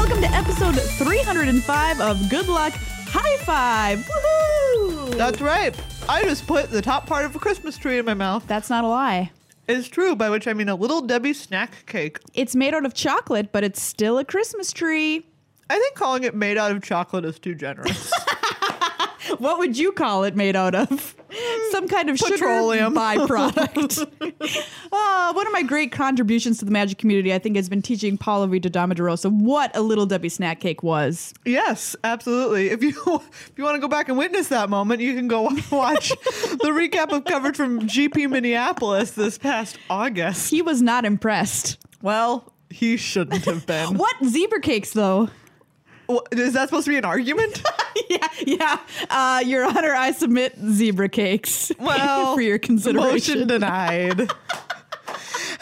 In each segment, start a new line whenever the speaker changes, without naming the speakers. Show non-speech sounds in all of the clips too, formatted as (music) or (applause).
episode 305 of Good Luck High Five. Woohoo!
That's right. I just put the top part of a Christmas tree in my mouth.
That's not a lie.
It's true, by which I mean a little Debbie snack cake.
It's made out of chocolate, but it's still a Christmas tree.
I think calling it made out of chocolate is too generous.
What would you call it made out of? Some kind of
Petroleum.
sugar byproduct. oh, one of my great contributions to the magic community, I think, has been teaching Paula Rita Damaderosa what a little Debbie snack cake was.
yes, absolutely. If you (laughs) if you want to go back and witness that moment, you can go (laughs) watch the recap of coverage from GP Minneapolis this past August.
He was not impressed.
Well, he shouldn't
(laughs)
have been.
What zebra cakes, though?
Wha- Is that supposed to be an argument? (laughs)
(laughs) yeah, yeah. Uh, Your Honor, I submit zebra cakes (laughs)
Well,
for your consideration.
Motion denied. (laughs)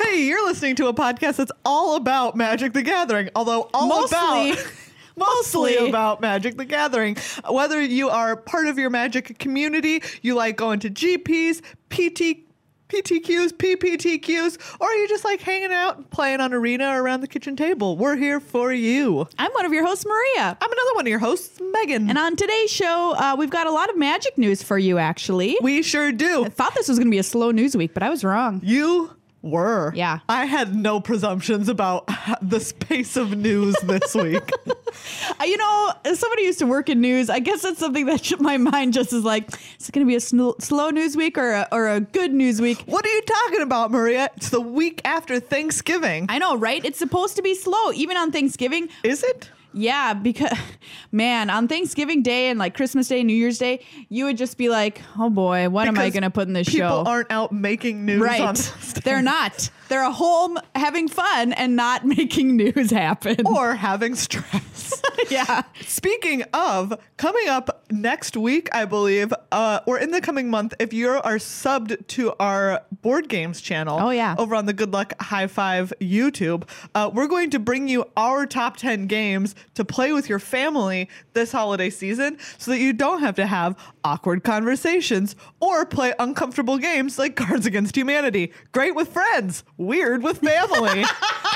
hey, you're listening to a podcast that's all about Magic the Gathering, although all
Mostly-
about. (laughs) Mostly about Magic the Gathering. Whether you are part of your Magic community, you like going to GPs, PT, PTQs, PPTQs, or you just like hanging out and playing on Arena or around the kitchen table, we're here for you.
I'm one of your hosts, Maria.
I'm another one of your hosts, Megan.
And on today's show, uh, we've got a lot of magic news for you, actually.
we sure do.
I thought this was going to be a slow news week, but I was wrong.
You were.
Yeah.
I had no presumptions about (laughs) the space of news
(laughs)
this week.
Uh, you know, as somebody who used to work in news, I guess that's something that (laughs) my mind just is like, is it going to be a sn- slow news week or a, or a good news week?
what are you talking about, Maria? It's the week after Thanksgiving.
I know, right? It's supposed to be slow, even on Thanksgiving.
Is it?
Yeah, because (laughs) man, on Thanksgiving Day and like Christmas Day, New Year's Day, you would just be like, "Oh boy, what am I
Because
going to put in this
people
show?"
aren't out making news
(laughs)
on
right?
Thursday.
They're not. They're at home having fun and not (laughs) making news happen.
(laughs) or having stress.
(laughs)
(laughs)
yeah,
Speaking of, coming up next week, I believe, uh, or in the coming month, if you are subbed to our board games channel,
Oh, yeah.
over on the Good Luck High Five YouTube, uh, we're going to bring you our top ten games to play with your family this holiday season, so that you don't have to have awkward conversations or play uncomfortable games like Cards Against Humanity. Great with friends, weird with
(laughs)
family.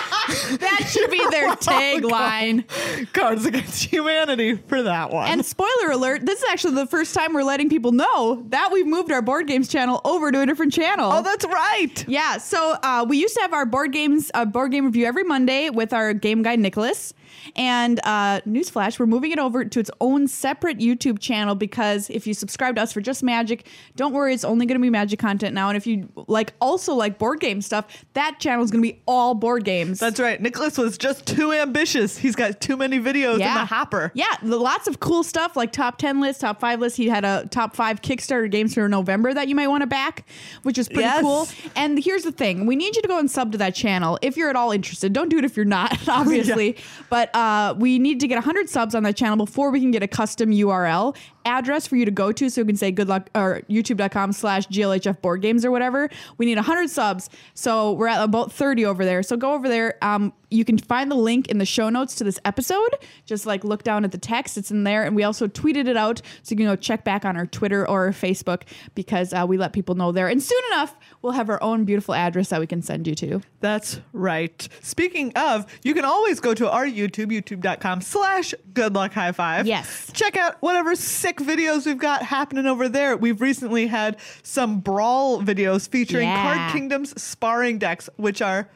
that should be
(laughs) Oh,
their tagline.
Cards Against Humanity for that one.
And spoiler alert, this is actually the first time we're letting people know that we've moved our board games channel over to a different channel.
Oh, that's right.
Yeah, so uh, we used to have our board games, uh, board game review every Monday with our game guy Nicholas. And uh, newsflash, we're moving it over to its own separate YouTube channel because if you subscribe to us for just Magic, don't worry, it's only going to be Magic content now. And if you like also like board game stuff, that channel is going to be all board games.
That's right. Nicholas was just too ambitious. He's got too many videos in the hopper.
Yeah, the- lots of cool stuff like top 10 lists, top five lists. He had a top five Kickstarter games for November that you might want to back, which is pretty
Yes.
cool. And here's the thing we need you to go and sub to that channel if you're at all interested. Don't do it if you're not, (laughs)
(laughs)
obviously. But uh, we need to get 100 subs on that channel before we can get a custom URL address for you to go to so you can say good luck or youtube.com slash glhf board games or whatever we need 100 subs so we're at about 30 over there so go over there um, you can find the link in the show notes to this episode just like look down at the text it's in there and we also tweeted it out so you can go check back on our twitter or our facebook because uh, we let people know there and soon enough we'll have our own beautiful address that we can send you to
That's right. Speaking of, you can always go to our YouTube, youtube.com slash good luck high five.
Yes.
Check out whatever sick videos we've got happening over there. We've recently had some brawl videos featuring
Yeah.
Card Kingdom's sparring decks, which are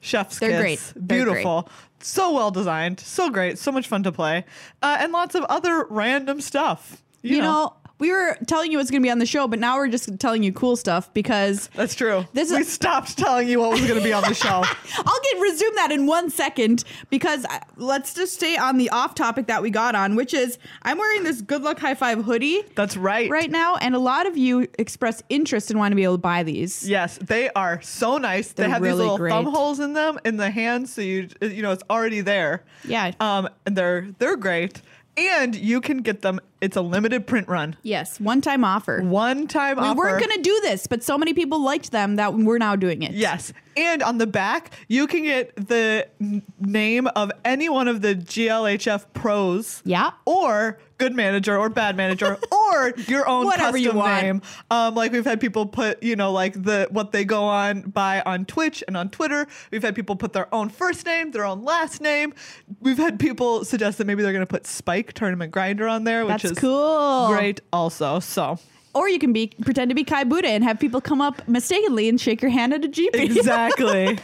chef's
They're
kiss.
great. They're
Beautiful. So well designed. So great. So much fun to play. Uh, and lots of other random stuff.
you, know, we were telling you what's going to be on the show but now we're just telling you cool stuff because
That's true.
This
we
is-
stopped telling you what was going to be on the show.
(laughs) I'll get resume that in one second because I, let's just stay on the off topic that we got on, which is I'm wearing this Good Luck High Five hoodie
That's right.
right now, and a lot of you expressed interest and want to be able to buy these.
Yes, they are so nice.
They're
they have
really
these little thumb
great.
holes in them in the hands, so you you know it's already there.
Yeah.
Um, and they're they're great, and you can get them. It's a limited print run,
Yes, one time offer.
one time
We
offer.
weren't going to do this, but so many people liked them that we're now doing it.
Yes. And on the back, you can get the n- name of any one of the GLHF pros.
Yeah. (laughs)
Or good manager or bad manager or or your own
Whatever
custom
you want.
name. Um, like we've had people put, you know, like the what they go on by on Twitch and on Twitter. We've had people put their own first name, their own last name. We've had people suggest that maybe they're going to put Spike Tournament Grinder on there, which
That's
is
cool.
great. Also,
(laughs)
so
Or you can be pretend to be Kai Buddha and have people come up mistakenly and shake your hand at a GP. (laughs)
exactly.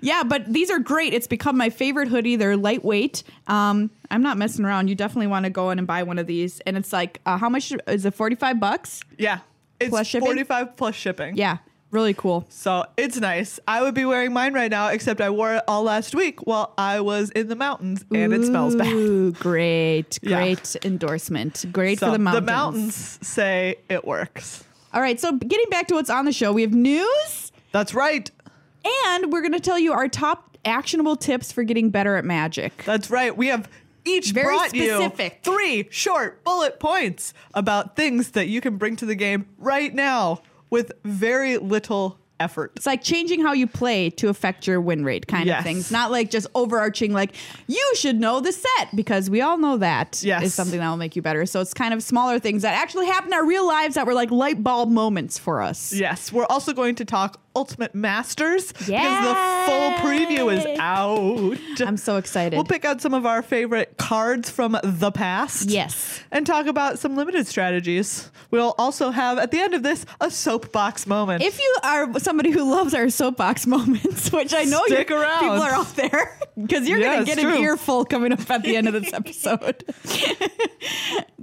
yeah, but these are great. It's become my favorite hoodie. They're lightweight. Um, I'm not messing around. You definitely want to go in and buy one of these. And it's like, uh, how much is it? 45 bucks?
yeah, it's
Plus shipping?
forty-five plus shipping.
Yeah, really cool.
So it's nice. I would be wearing mine right now, except I wore it all last week while I was in the mountains, and it smells bad.
Ooh, Great,
(laughs) Yeah.
great endorsement. Great
So
for the mountains.
the mountains say it works.
All right, so getting back to what's on the show, we have news
That's right.
and we're going to tell you our top actionable tips for getting better at magic.
That's right. We have each
Very
brought
specific.
you three short bullet points about things that you can bring to the game right now with very little effort.
It's like changing how you play to affect your win rate kind
Yes.
of things. Not like just overarching like you should know the set because we all know that is
Yes.
something that will make you better. So it's kind of smaller things that actually happen in our real lives that were like light bulb moments for us.
Yes, we're also going to talk Ultimate Masters because the full preview
Yay.
is out.
I'm so excited.
We'll pick out some of our favorite cards from the past.
Yes.
And talk about some limited strategies. We'll also have, at the end of this, a soapbox moment.
if you are somebody who loves our soapbox (laughs) moments, which I know you
Stick around.
people are out there, (laughs) because you're
Yeah,
going
it's
to get
true.
an earful coming up at the end of
(laughs)
this episode.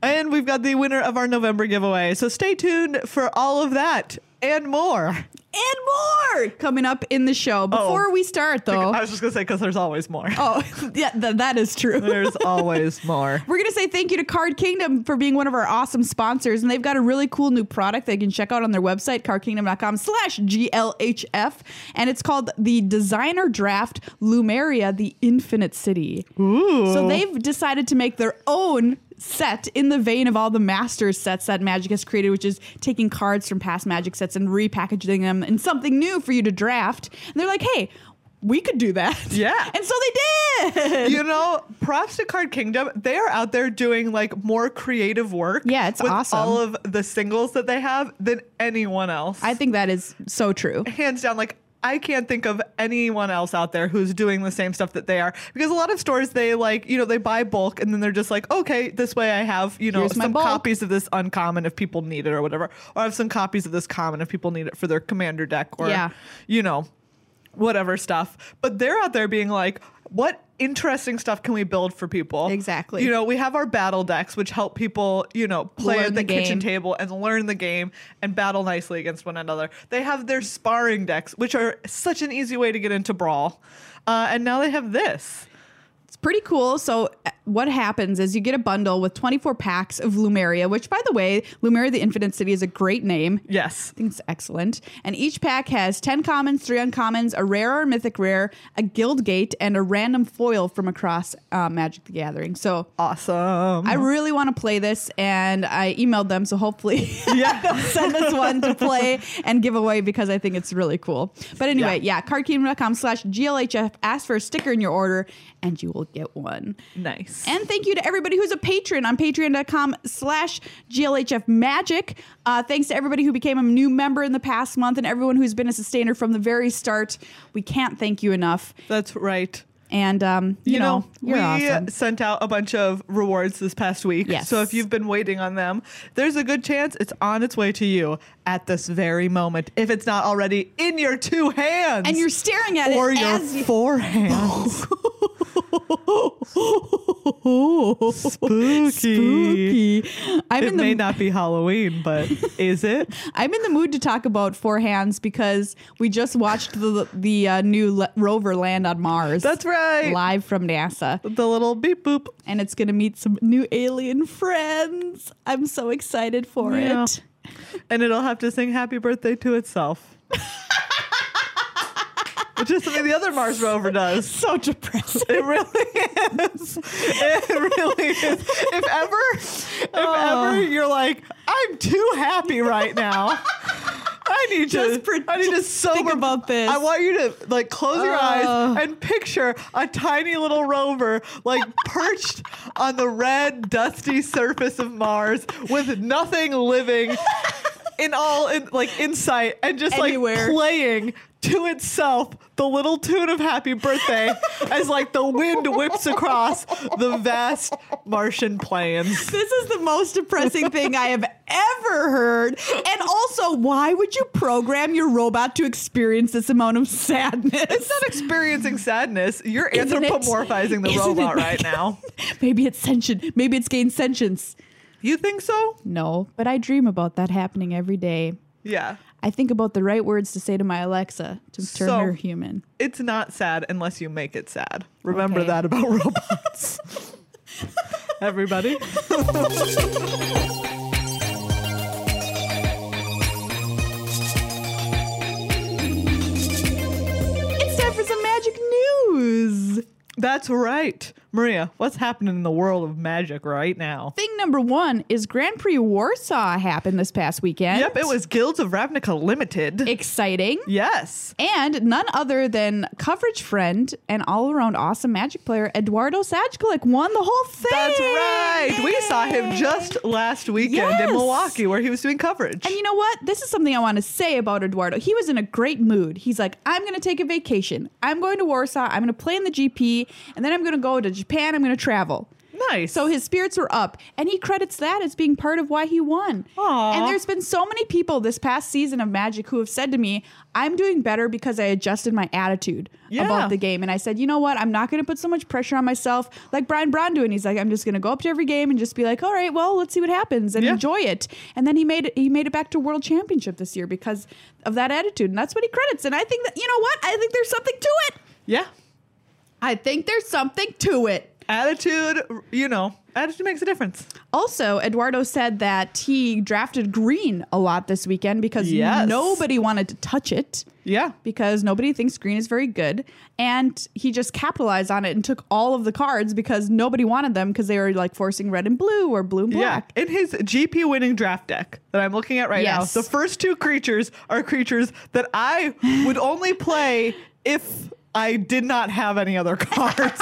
and we've got the winner of our November giveaway. So stay tuned for all of that and more.
and more coming up in the show. Before we start, though.
Oh. I was just going to say, because there's always more.
Oh, (laughs) yeah, th- that is true.
(laughs) There's always more.
We're going to say thank you to Card Kingdom for being one of our awesome sponsors. And they've got a really cool new product that you can check out on their website, cardkingdom.com slash GLHF. And it's called the Designer Draft Lumeria, the Infinite City.
Ooh.
So they've decided to make their own set in the vein of all the master sets that Magic has created, which is taking cards from past Magic sets and repackaging them in something new for you to draft. And they're like, hey, we could do that.
Yeah.
(laughs) And so they did.
you know, props to Card Kingdom. They are out there doing like more creative work.
Yeah, it's
with
awesome.
All of the singles that they have than anyone else.
I think that is so true.
hands down like I can't think of anyone else out there who's doing the same stuff that they are because a lot of stores they like you know they buy bulk and then they're just like okay this way I have you know
Here's my
some
bulk.
copies of this uncommon if people need it or whatever or I have some copies of this common if people need it for their commander deck or
Yeah.
you know whatever stuff but they're out there being like what interesting stuff can we build for people
Exactly.
you know we have our battle decks which help people you know play
Learn
at
the
the,
game.
kitchen table table and learn the game and battle nicely against one another. They have their sparring decks, which are such an easy way to get into Brawl. Uh, and now they have this.
It's pretty cool. So uh, what happens is you get a bundle with 24 packs of Lumeria, which by the way, Lumeria the Infinite City is a great name.
Yes.
I think it's excellent. And each pack has 10 commons, 3 uncommons, a rare or mythic rare, a guild gate, and a random foil from across uh, Magic the Gathering. So
Awesome.
I really want to play this, and I emailed them, so hopefully (laughs) they'll send us one to play and give away because I think it's really cool. But anyway, yeah, cardkingdom.com slash GLHF. Ask for a sticker in your order, and you will get one.
nice.
And thank you to everybody who's a patron on patreon.com slash GLHF magic. Uh, thanks to everybody who became a new member in the past month and everyone who's been a sustainer from the very start. We can't thank you enough.
That's right.
And, um, you, know, you're
we
awesome.
sent out a bunch of rewards this past week.
Yes.
So if you've been waiting on them, there's a good chance it's on its way to you at this very moment, if it's not already in your two hands
And you're staring at
or
it
your
as you-
four hands. Spooky.
spooky. I'm
it
in the
may not be Halloween, but is it?
I'm in the mood to talk about four hands because we just watched the the uh, new le- rover land on Mars.
That's right.
Live from NASA,
The little beep boop.
and it's gonna meet some new alien friends. I'm so excited for
Yeah.
it.
And it'll have to sing happy birthday to itself. Which is something the other Mars rover does.
(laughs) So depressing.
It really is. It really is. If ever,
Oh.
if ever you're like, I'm too happy right now. I I need
Just
to.
pre-
I need to
just
sober
think about this. Oh.
I want you to like close your
Ugh.
eyes and picture a tiny little rover like perched on the red, dusty surface of Mars with nothing living in all in, like insight and just
Anywhere.
like playing to itself the little tune of happy (laughs) birthday as like the wind whips across the vast Martian plains.
This is the most
(laughs)
depressing thing I have ever heard. And also, why would you program your robot to experience this amount of sadness?
It's not experiencing sadness. You're
Isn't it-
anthropomorphizing
isn't
the
it,
robot right
Megan?
now.
(laughs) maybe it's sentient. Maybe it's gained sentience.
You think so?
No, but I dream about that happening every day.
Yeah.
I think about the right words to say to my Alexa to turn
So-
her human.
It's not sad unless you make it sad. Remember
Okay.
that about (laughs) robots. Everybody.
It's time for some magic news.
That's right. Maria, what's happening in the world of magic right now?
Thing number one is Grand Prix Warsaw happened this past weekend.
Yep, it was Guilds of Ravnica Limited.
exciting.
yes.
And none other than coverage friend and all around awesome magic player Eduardo Sajkalik won the whole thing.
That's right. We saw him just last weekend
Yes.
in Milwaukee where he was doing coverage.
And you know what? This is something I want to say about Eduardo. He was in a great mood. He's like, I'm going to take a vacation. I'm going to Warsaw. I'm going to play in the GP. And then I'm going to go to Japan. I'm going to travel.
nice.
So his spirits were up. And he credits that as being part of why he won.
Aw.
And there's been so many people this past season of Magic who have said to me, I'm doing better because I adjusted my attitude
Yeah.
about the game. And I said, you know what? I'm not going to put so much pressure on myself like Brian Braun doing. He's like, I'm just going to go up to every game and just be like, all right, well, let's see what happens and
Yeah.
enjoy it. And then he made it, he made it back to World Championship this year because of that attitude. And that's what he credits. And I think that, you know what? I think there's something to it.
yeah.
I think there's something to it.
Attitude, you know, attitude makes a difference.
Also, Eduardo said that he drafted green a lot this weekend because
Yes.
nobody wanted to touch it
Yeah.
because nobody thinks green is very good. And he just capitalized on it and took all of the cards because nobody wanted them because they were like forcing red and blue or blue and black.
Yeah, in his GP winning draft deck that I'm looking at right
Yes.
now, the first two creatures are creatures that I would only play if I did not have any other (laughs) cards.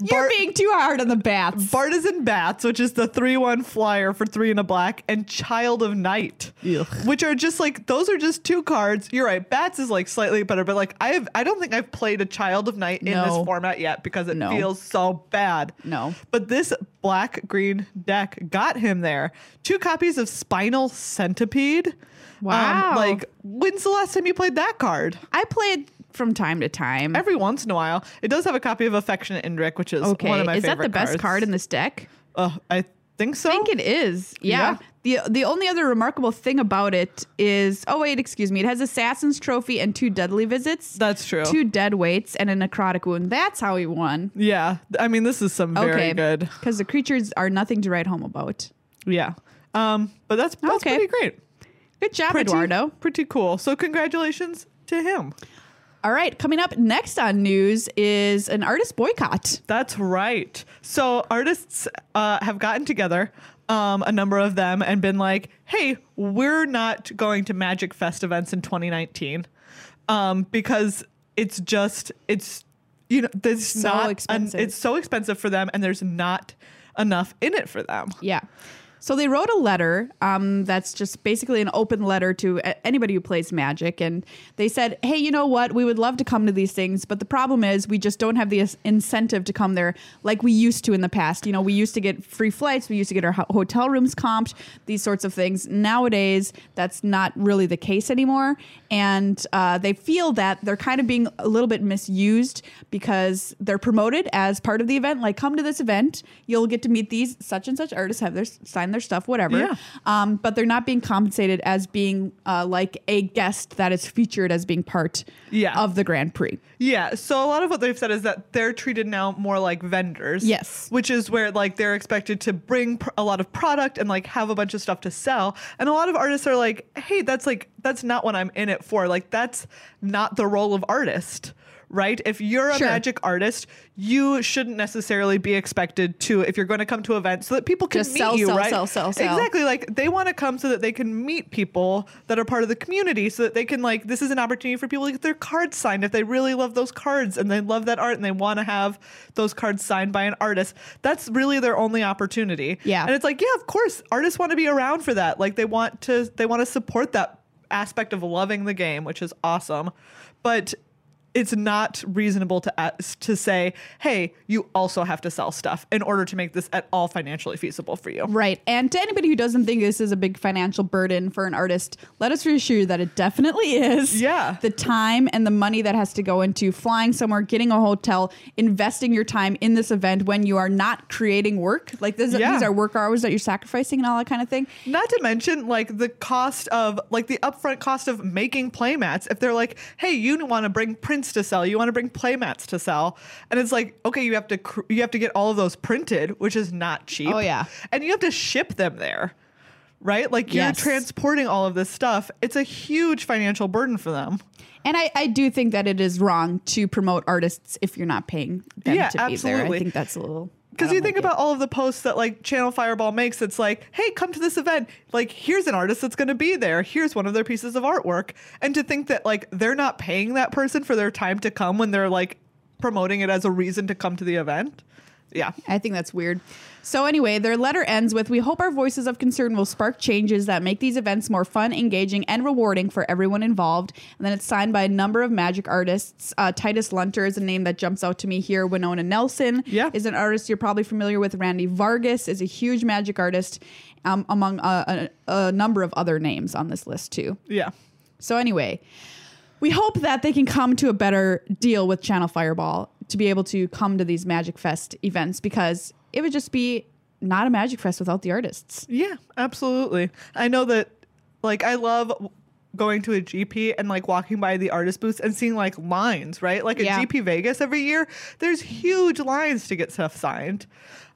You're
Bart-
being too hard on the bats.
Partisan Bats, which is the 3 1 flyer for 3 and a black, and Child of Night,
Ugh.
which are just like, those are just two cards. You're right. Bats is like slightly better, but like, I have, I don't think I've played a Child of Night in
No.
this format yet because it
No.
feels so bad.
No.
But this black green deck got him there. Two copies of Spinal Centipede.
Wow.
like, when's the last time you played that card?
I play it from time to time.
Every once in a while. It does have a copy of Affectionate Indrik, which is
okay,
one of my
is that
favorite
the best
cards. Oh,
card in this deck?
Uh, I think so.
I think it is. Yeah. The the only other remarkable thing about it is oh wait, excuse me. It has assassin's trophy and two deadly visits.
That's true.
Two dead weights and a necrotic wound. That's how he won.
yeah. I mean, this is some very
okay.
good.
Because the creatures are nothing to write home about.
Yeah. Um, but that's, that's
Okay.
pretty great.
Good job,
Pretty,
Eduardo.
Pretty cool. So congratulations to him.
All right, coming up next on news is an artist boycott.
That's right. So artists uh, have gotten together, um, a number of them, and been like, "Hey, we're not going to Magic Fest events in 2019 um, because it's just it's you know there's
So
not an-
expensive.
it's so expensive for them, and there's not enough in it for them."
Yeah. So they wrote a letter um, that's just basically an open letter to a- anybody who plays Magic, and they said, "Hey, you know what? We would love to come to these things, but the problem is we just don't have the is- incentive to come there like we used to in the past. You know, we used to get free flights, we used to get our ho- hotel rooms comped, these sorts of things. Nowadays, that's not really the case anymore, and uh, they feel that they're kind of being a little bit misused because they're promoted as part of the event. Like, come to this event, you'll get to meet these such and such artists, have their sign their stuff, whatever.
Yeah.
Um, but they're not being compensated as being uh, like a guest that is featured as being part
Yeah.
of the Grand Prix.
Yeah, so a lot of what they've said is that they're treated now more like vendors.
Yes.
Which is where like they're expected to bring pr- a lot of product and like have a bunch of stuff to sell. And a lot of artists are like, "Hey, that's like that's not what I'm in it for. Like that's not the role of artist." right? If you're a
Sure.
magic artist, you shouldn't necessarily be expected to, if you're going to come to events so that people can
Just
meet
sell,
you,
sell,
right?
sell, sell, sell.
Exactly. Like they want to come so that they can meet people that are part of the community so that they can, like, this is an opportunity for people to get their cards signed if they really love those cards and they love that art and they want to have those cards signed by an artist. That's really their only opportunity.
Yeah.
And it's like, yeah, of course, artists want to be around for that. Like they want to they want to support that aspect of loving the game, which is awesome. But it's not reasonable to as- to say, "Hey, you also have to sell stuff in order to make this at all financially feasible for you."
Right. And to anybody who doesn't think this is a big financial burden for an artist, let us reassure you that it definitely is.
Yeah.
The time and the money that has to go into flying somewhere, getting a hotel, investing your time in this event when you are not creating work. Like this,
Yeah.
these are work hours that you're sacrificing and all that kind of thing.
Not to mention like the cost of like the upfront cost of making playmats. If they're like, "Hey, you want to bring prints to sell, you want to bring playmats to sell," and it's like, okay, you have to cr- you have to get all of those printed, which is not cheap.
Oh, yeah.
and you have to ship them there, right? Like you're
Yes.
transporting all of this stuff. It's a huge financial burden for them.
And I, I do think that it is wrong to promote artists if you're not paying them
Yeah,
to be there. I
absolutely.
think that's a little. I
Because
don't
you think
like it.
about all of the posts that like Channel Fireball makes, it's like, hey, come to this event. Like, here's an artist that's going to be there. Here's one of their pieces of artwork. And to think that like they're not paying that person for their time to come when they're like promoting it as a reason to come to the event. Yeah.
I think that's weird. So anyway, their letter ends with we hope our voices of concern will spark changes that make these events more fun, engaging, and rewarding for everyone involved. And then it's signed by a number of magic artists. Uh, Titus Lunter is a name that jumps out to me here. Winona Nelson
Yeah.
is an artist you're probably familiar with. Randy Vargas is a huge magic artist, um, among a, a, a number of other names on this list too.
Yeah.
So anyway, we hope that they can come to a better deal with Channel Fireball to be able to come to these Magic Fest events because it would just be not a Magic Fest without the artists.
Yeah, absolutely. I know that, like, I love w- going to a GP and like walking by the artist booths and seeing like lines, right? Like a
Yeah.
GP Vegas every year, there's huge lines to get stuff signed,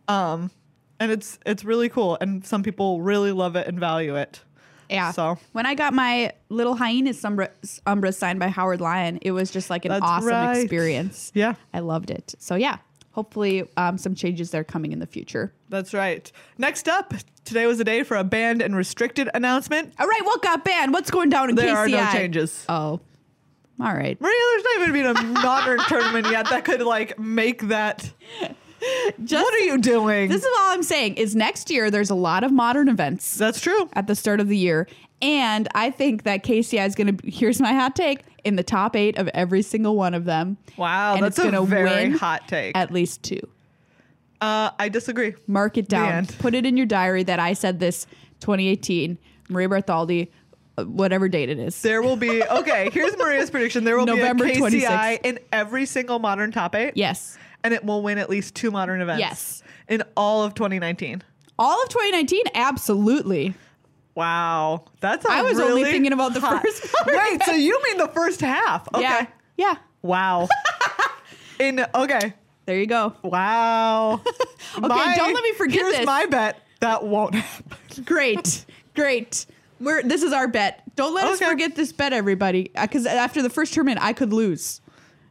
um, and it's it's really cool. And some people really love it and value it.
Yeah.
So-
when I got my little hyenas umbra, umbra signed by Howard Lyon, it was just like an
That's
awesome
right.
experience.
(laughs) Yeah.
I loved it. So yeah, hopefully um, some changes there coming in the future.
That's right. Next up, today was a day for a banned and restricted announcement.
All right, what got banned? What's going down in
There are no
KCI?
changes.
Oh, all right.
Maria, there's not even
(laughs)
been a modern tournament yet that could like make that.
Just-
what are you doing?
This is all I'm saying is next year there's a lot of modern events.
That's true.
at the start of the year. And I think that KCI is going to, here's my hot take, in the top eight of every single one of them.
Wow,
And
that's
it's
a
gonna
very
win
hot take.
At least two.
Uh, I disagree.
Mark it down.
end.
Put it in your diary that I said this 2018, Maria Bartholdi, uh, whatever date it is.
There will be okay. Here's Maria's prediction. There will
November
be a
26th.
KCI in every single modern top eight.
Yes.
and it will win at least two modern events.
Yes.
in all of 2019.
All of 2019, absolutely.
Wow, that's
I was only thinking about the first part.
(laughs) Wait, so you mean the first half? Okay.
Yeah. Yeah. (laughs)
Wow. in okay.
There you go. (laughs)
Wow. okay,
don't let me forget
Here's
this.
my bet. That won't happen.
Great. Great. We're, this is our bet. Don't let us
Okay.
forget this bet, everybody. Because after the first tournament, I could lose.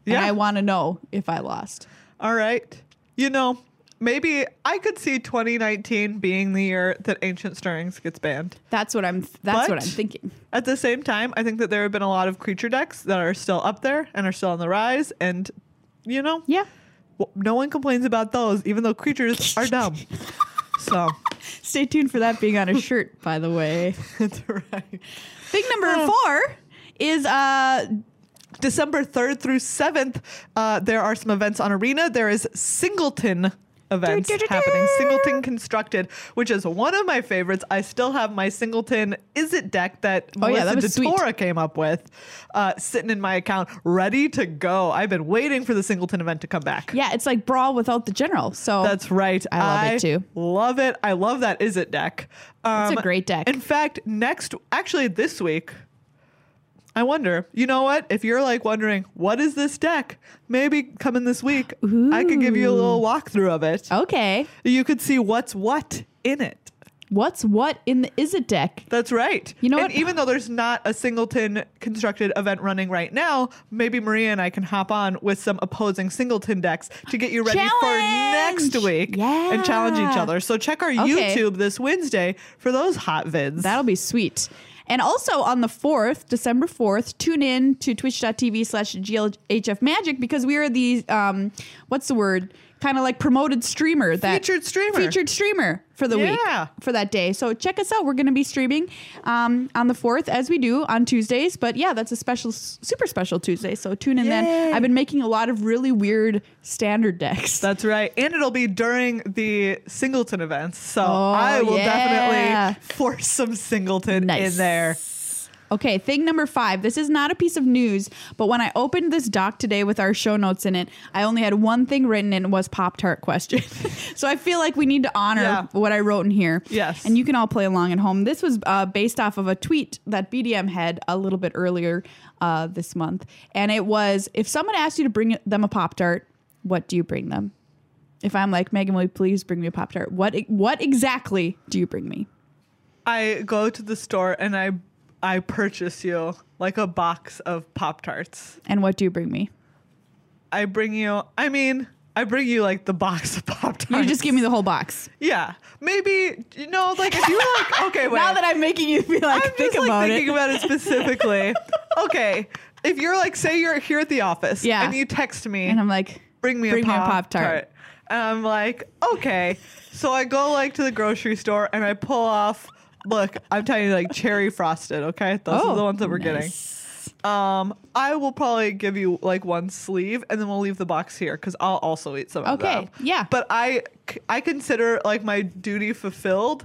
Yeah.
And I want to know if I lost.
All right. You know, maybe I could see 2019 being the year that Ancient Stirrings gets banned.
That's what I'm. That's what
But-
I'm thinking.
At the same time, I think that there have been a lot of creature decks that are still up there and are still on the rise. And, you know,
Yeah.
w- no one complains about those, even though creatures are dumb. so (laughs)
Stay tuned for that being on a shirt, by the way.
that's right.
Thing number four is uh
December 3rd through 7th, uh, there are some events on Arena. There is Singleton events
Do, do, do, do.
happening. Singleton Constructed, which is one of my favorites. I still have my Singleton Is It deck that
Oh, yeah,
Melissa
that was sweet.
DeTora came up with uh, sitting in my account, ready to go. I've been waiting for the Singleton event to come back.
yeah, it's like brawl without the general. So
That's right.
I love it too.
Love it. I love that Is It deck. Um,
a great deck.
In fact, next, actually, this week, I wonder, you know what? If you're like wondering, what is this deck? Maybe coming this week,
Uh,
I could give you a little walkthrough of it.
okay.
You could see what's what in it.
what's what in the is it deck.
That's right.
You know
and
what?
even though there's not a singleton constructed event running right now, maybe Maria and I can hop on with some opposing singleton decks to get you ready for
Challenge!
next week and challenge each
Yeah.
other. So check our
Okay.
YouTube this Wednesday for those hot vids.
That'll be sweet. And also on the 4th, December 4th, tune in to twitch.tv slash GLHF Magic because we are the, um, what's the word? Kind of like promoted streamer. That
Featured streamer.
Featured streamer for the
Yeah.
week, for that day. So check us out. We're going to be streaming um, on the 4th as we do on Tuesdays. But yeah, that's a special, super special Tuesday. So tune in
Yay.
then. I've been making a lot of really weird standard decks.
That's right. And it'll be during the singleton events. So
Oh,
I will
yeah.
definitely force some singleton
Nice.
in there.
Okay, thing number five. This is not a piece of news, but when I opened this doc today with our show notes in it, I only had one thing written and it was Pop Tart question. (laughs) so I feel like we need to honor
Yeah.
what I wrote in here.
Yes.
And you can all play along at home. This was uh, based off of a tweet that BDM had a little bit earlier uh, this month. And it was if someone asked you to bring them a Pop Tart, what do you bring them? If I'm like, Megan, will you please bring me a Pop Tart? What, e, what exactly do you bring me?
I go to the store and I I purchase you like a box of Pop Tarts.
And what do you bring me?
I bring you I mean, I bring you like the box of Pop Tarts.
You just give me the whole box.
Yeah. Maybe you know, like if you
(laughs)
like okay, wait.
Now that I'm making you feel like
I'm
think
just
about
like
it.
thinking about
(laughs)
it specifically. okay. If you're like say you're here at the office
Yeah.
and you text me
and I'm like,
bring me
Bring
a
me a
pop
Pop-Tart.
tart. And I'm like, okay. So I go like to the grocery store and I pull off. Look, I'm telling you, like cherry frosted. Okay, those
oh,
are the ones that we're
nice.
getting. Um, I will probably give you like one sleeve, and then we'll leave the box here because I'll also eat some of
Okay,
them.
yeah.
But I, c- I consider like my duty fulfilled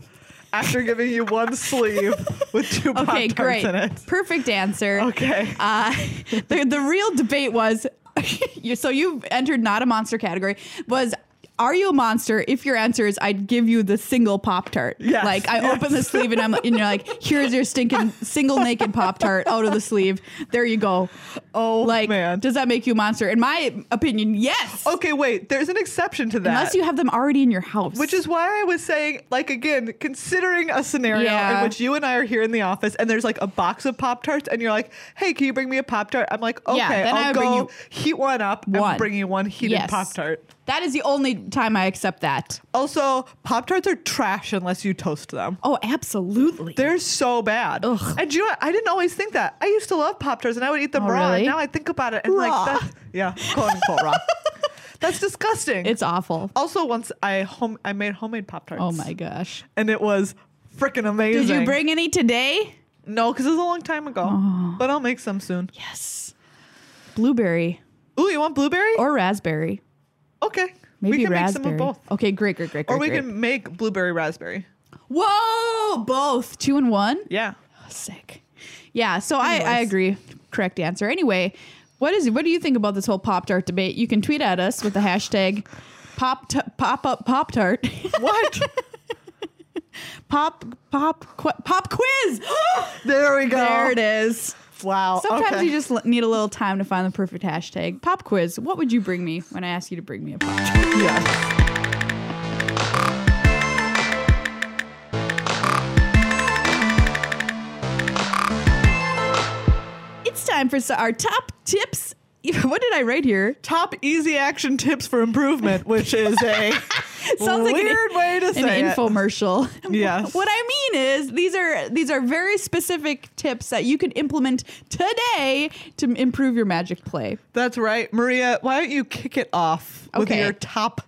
after giving you one sleeve with two
(laughs)
pop
Okay,
tarts
great.
in it.
Perfect answer.
Okay.
Uh, (laughs) the, the real debate was (laughs) you, so you entered not a monster category, was are you a monster? If your answer is I'd give you the single Pop Tart.
Yes,
Like I open the sleeve and I'm and you're like, here's your stinking single naked Pop Tart out of the sleeve. There you go.
oh
Like
man.
does that make you a monster? In my opinion, yes.
okay, wait. There's an exception to that.
Unless you have them already in your house.
Which is why I was saying, like, again, considering a scenario
Yeah.
in which you and I are here in the office and there's like a box of Pop Tarts and you're like, hey, can you bring me a Pop Tart? I'm like, okay,
Yeah, then I
I'll
would bring
go
you
heat one up
one.
and bring you one heated
Yes.
Pop Tart.
That is the only time I accept that.
Also, Pop Tarts are trash unless you toast them.
Oh, absolutely.
They're so bad.
Ugh.
And you know what? I didn't always think that. I used to love Pop Tarts and I would eat them
Oh,
raw.
really?
And now I think about it and
Raw.
like, that's, yeah, quote unquote
(laughs)
raw. That's disgusting.
it's awful.
also once I home I made homemade Pop Tarts.
Oh my gosh.
And it was freaking amazing.
Did you bring any today?
No, because it was a long time ago. But I'll make some soon.
Yes. Blueberry
Ooh, you want blueberry?
or raspberry.
okay.
Maybe
we can
raspberry.
make some of both.
Okay, great, great, great, great.
Or we
great.
can make blueberry raspberry.
Whoa, both. Two and one? (laughs)
Yeah.
Sick. Yeah, so I, I
Oh, Anyways.
agree. Correct answer. Anyway, what is what do you think about this whole Pop Tart debate? You can tweet at us with the hashtag Pop t- Pop Up Pop Tart. (laughs)
What?
pop Pop qu- Pop Quiz. (gasps)
there we go.
there it is.
Wow.
Sometimes
Oh, okay.
you just l- need a little time to find the perfect hashtag. Pop quiz. What would you bring me when I ask you to bring me a pop?
Yeah.
It's time for s- our top tips. (laughs) What did I write here? (laughs)
Top easy action tips for improvement, which is a
(laughs) Sounds like an-
weird way to
An
say it.
infomercial. (laughs)
Yes.
what I mean is these are these are very specific tips that you can implement today to m- improve your magic play.
That's right. Maria, why don't you kick it off with
Okay.
your top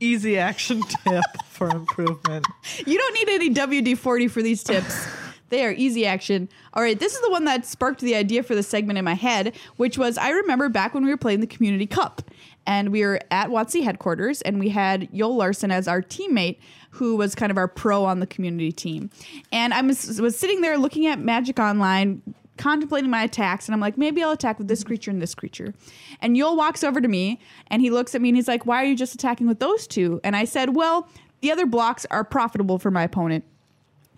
easy action tip for
(laughs)
improvement?
You don't need any WD-40 for these tips. They are easy action. All right, this is the one that sparked the idea for the segment in my head, which was I remember back when we were playing the Community Cup and we were at WotC headquarters and we had Joel Larson as our teammate who was kind of our pro on the community team. And I was, was sitting there looking at Magic Online contemplating my attacks and I'm like maybe I'll attack with this creature and this creature. And Yul walks over to me and he looks at me and he's like why are you just attacking with those two? And I said, "Well, the other blocks are profitable for my opponent.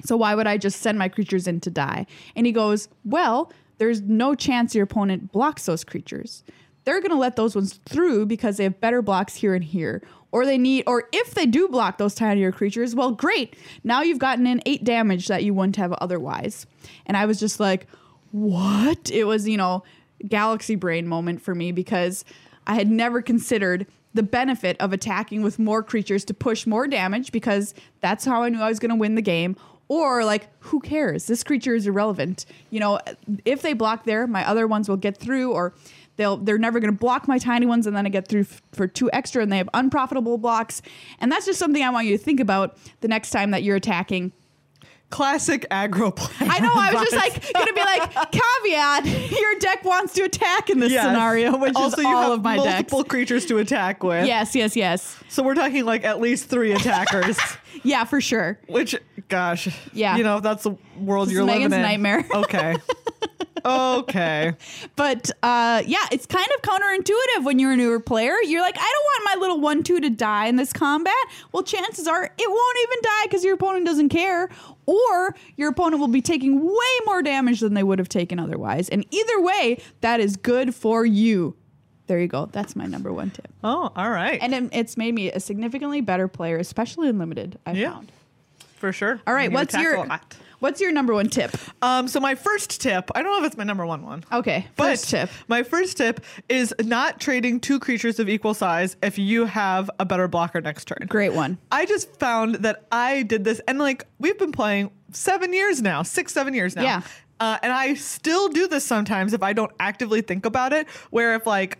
So why would I just send my creatures in to die? And he goes, Well, there's no chance your opponent blocks those creatures. They're going to let those ones through because they have better blocks here and here. or they need, or if they do block those tinier creatures, well, great. Now you've gotten in eight damage that you wouldn't have otherwise. And I was just like, what? It was, you know, galaxy brain moment for me because I had never considered the benefit of attacking with more creatures to push more damage because that's how I knew I was going to win the game. Or, like, who cares? This creature is irrelevant. You know, if they block there, my other ones will get through, or they'll they're never going to block my tiny ones and then i get through f- for two extra and they have unprofitable blocks and that's just something i want you to think about the next time that you're attacking
Classic aggro plan.
i know
(laughs)
i was just like gonna be like caveat (laughs) your deck wants to attack in this
Yes.
scenario which
also
is
you
all
have
of my decks
multiple creatures to attack with.
yes yes yes
So we're talking like at least three
(laughs)
attackers.
yeah for sure
Which, gosh,
Yeah.
you know that's the world
This
you're
is Megan's
living in.
nightmare.
(laughs) Okay,
(laughs)
okay.
But uh, yeah, it's kind of counterintuitive when you're a newer player. You're like, I don't want my little one two to die in this combat. Well, chances are it won't even die because your opponent doesn't care, or your opponent will be taking way more damage than they would have taken otherwise. And either way, that is good for you. There you go. That's my number one tip.
Oh, all right,
And it, it's made me a significantly better player, especially in limited. I
Yeah.
found.
for sure.
All right,
You
what's
attack
your
a lot.
what's your number one tip?
Um, so my first tip, I don't know if it's my number one one.
Okay,
But
first tip.
my first tip is not trading two creatures of equal size if you have a better blocker next turn.
Great one.
I just found that I did this, and like we've been playing seven years now, six, seven years now.
Yeah.
Uh, and I still do this sometimes if I don't actively think about it. Where if like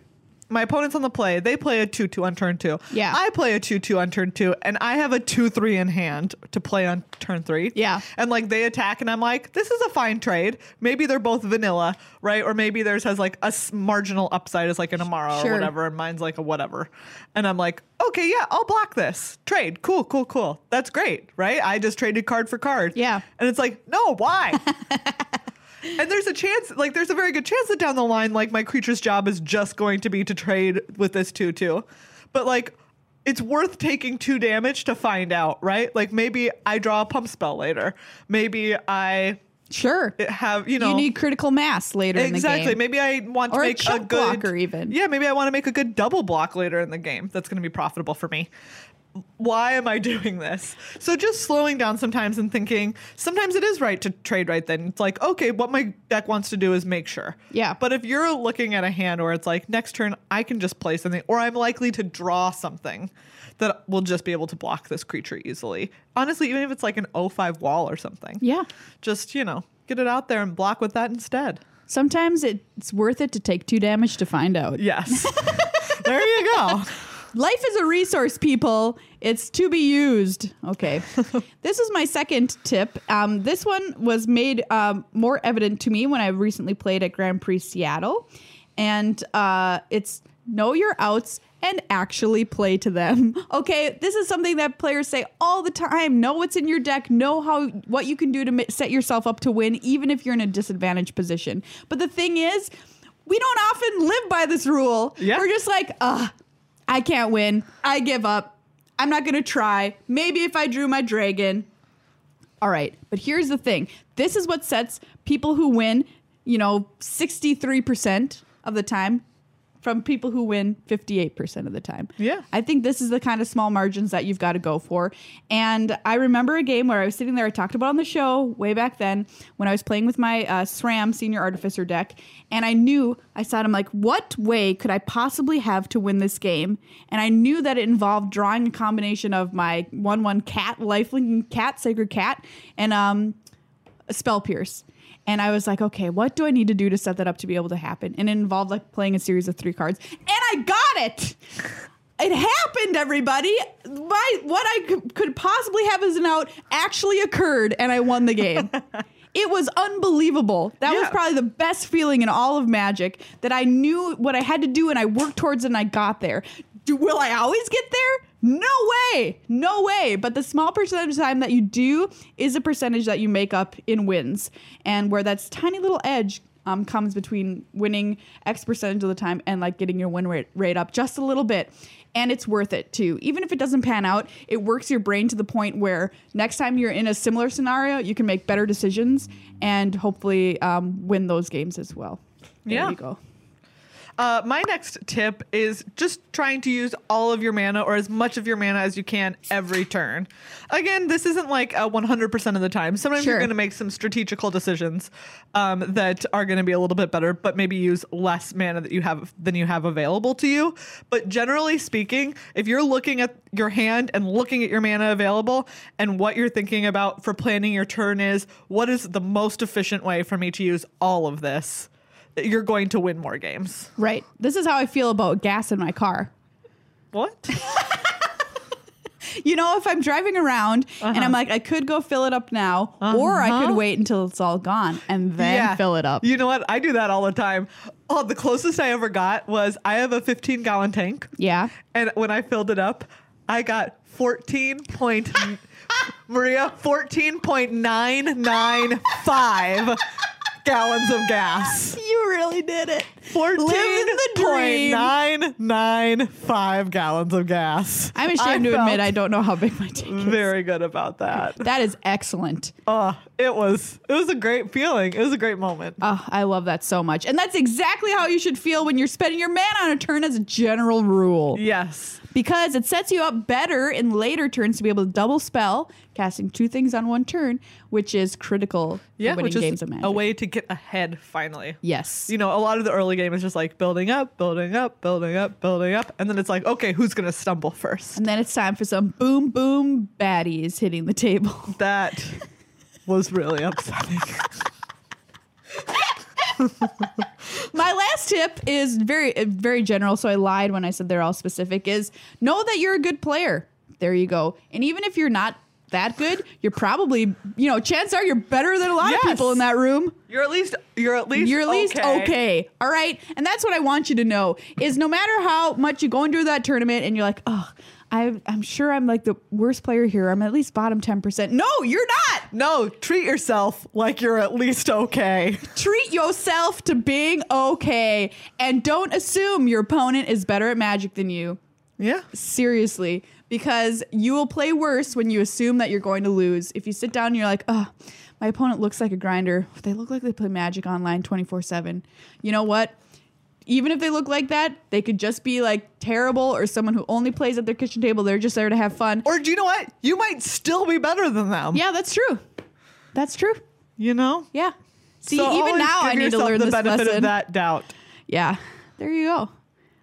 my opponent's on the play, they play a 2 2 on turn two.
Yeah.
I play a 2 2 on turn two, and I have a 2 3 in hand to play on turn three.
Yeah.
And like they attack, and I'm like, this is a fine trade. Maybe they're both vanilla, right? Or maybe theirs has like a s- marginal upside as like an Amara
Sure.
or whatever, and mine's like a whatever. And I'm like, okay, yeah, I'll block this trade. Cool, cool, cool. That's great, right? I just traded card for card.
Yeah.
And it's like, no, why? (laughs) and there's a chance, like, there's a very good chance that down the line, like, my creature's job is just going to be to trade with this 2 2. But, like, it's worth taking two damage to find out, right? Like, maybe I draw a pump spell later. Maybe I
Sure.
have, you know.
You need critical mass later in the
Exactly.
game.
Maybe I want
Or a
to make a,
chunk
good
blocker even.
Yeah, maybe I want to make a good double block later in the game. That's going to be profitable for me. Why am I (laughs) doing this? So just slowing down sometimes and thinking. Sometimes it is right to trade right then. It's like okay, what my deck wants to do is make sure.
Yeah.
But if you're looking at a hand where it's like next turn I can just play something, or I'm likely to draw something that will just be able to block this creature easily. Honestly, even if it's like an 05 wall or something.
Yeah.
Just you know, get it out there and block with that instead.
Sometimes it's worth it to take two damage to find out.
Yes. there you go.
Life is a resource, people. It's to be used. Okay. this is my second tip. Um, this one was made um, more evident to me when I recently played at Grand Prix Seattle. And uh, it's know your outs and actually play to them. (laughs) Okay. This is something that players say all the time. Know what's in your deck, know how what you can do to mi- set yourself up to win, even if you're in a disadvantaged position. But the thing is, we don't often live by this rule.
Yeah.
We're just like, ugh, I can't win. I give up. I'm not going to try. Maybe if I drew my dragon. All right. But here's the thing this is what sets people who win, you know, 63% of the time from people who win 58% of the time.
Yeah.
I think this is the kind of small margins that you've got to go for. And I remember a game where I was sitting there, I talked about it on the show way back then when I was playing with my uh, SRAM senior artificer deck. And I knew, I thought, I'm like, what way could I possibly have to win this game? And I knew that it involved drawing a combination of my 1 1 cat, lifelinking cat, sacred cat, and um, spell pierce and i was like okay what do i need to do to set that up to be able to happen and it involved like playing a series of three cards and i got it it happened everybody my what i c- could possibly have as an out actually occurred and i won the game it was unbelievable that was
Yeah.
probably the best feeling in all of magic that i knew what i had to do and i worked towards it and i got there do, will i always get there no way no way but the small percentage of time that you do is a percentage that you make up in wins and where that's tiny little edge um, comes between winning X percentage of the time and like getting your win rate, rate up just a little bit. And it's worth it too. Even if it doesn't pan out, it works your brain to the point where next time you're in a similar scenario, you can make better decisions and hopefully um, win those games as well. There
Yeah.
you go.
Uh, my next tip is just trying to use all of your mana or as much of your mana as you can every turn. Again, this isn't like a 100% of the time. Sometimes
Sure.
you're going to make some strategical decisions um, that are going to be a little bit better, but maybe use less mana that you have than you have available to you. But generally speaking, if you're looking at your hand and looking at your mana available and what you're thinking about for planning your turn is what is the most efficient way for me to use all of this? You're going to win more games.
Right. This is how I feel about gas in my car.
What?
You know, if I'm driving around and I'm like, I could go fill it up now, or I could wait until it's all gone and
(laughs)
then fill it up.
You know what? I do that all the time. Oh, the closest I ever got was I have a 15 gallon tank,
yeah.
and when I filled it up, I got 14 point. (laughs) Maria, 14.995 gallons of gas.
You really did it. the dream.
14.995 gallons of gas.
I'm ashamed
I
to admit
felt
I don't know how big my tank is.
Very good about that.
That is excellent.
Oh, it was it was a great feeling. It was a great moment.
Oh, I love that so much. And that's exactly how you should feel when you're spending your man on a turn as a general rule.
Yes.
Because it sets you up better in later turns to be able to double spell, casting two things on one turn, which is critical
Yeah,
for winning
which is
games of magic.
a way to get ahead finally.
yes.
You know, a lot of the early game is just like building up, building up, building up, building up, and then it's like, okay, who's gonna stumble first?
And then it's time for some boom boom baddies hitting the table. (laughs)
That was really upsetting.
My last tip is very uh, very general, so I lied when I said they're all specific is know that you're a good player. There you go. And even if you're not that good, you're probably, you know, chance are you're better than a lot of
Yes.
people in that room.
You're at least you're at least
You're at least okay. All right. And that's what I want you to know is no matter how much you go into that tournament and you're like, oh, I, I'm sure I'm like the worst player here. I'm at least bottom 10%. No, you're not.
No, treat yourself like you're at least okay.
Treat yourself to being okay and don't assume your opponent is better at magic than you.
Yeah.
Seriously, because you will play worse when you assume that you're going to lose. If you sit down and you're like, oh, my opponent looks like a grinder, they look like they play magic online 24 7. You know what? Even if they look like that, they could just be like terrible or someone who only plays at their kitchen table. They're just there to have fun.
Or do you know what? You might still be better than them.
Yeah, that's true. That's true.
You know?
Yeah. See,
So
even
always
now
give
I need to
yourself
learn
the
this
benefit
lesson.
of that doubt.
Yeah. There you go.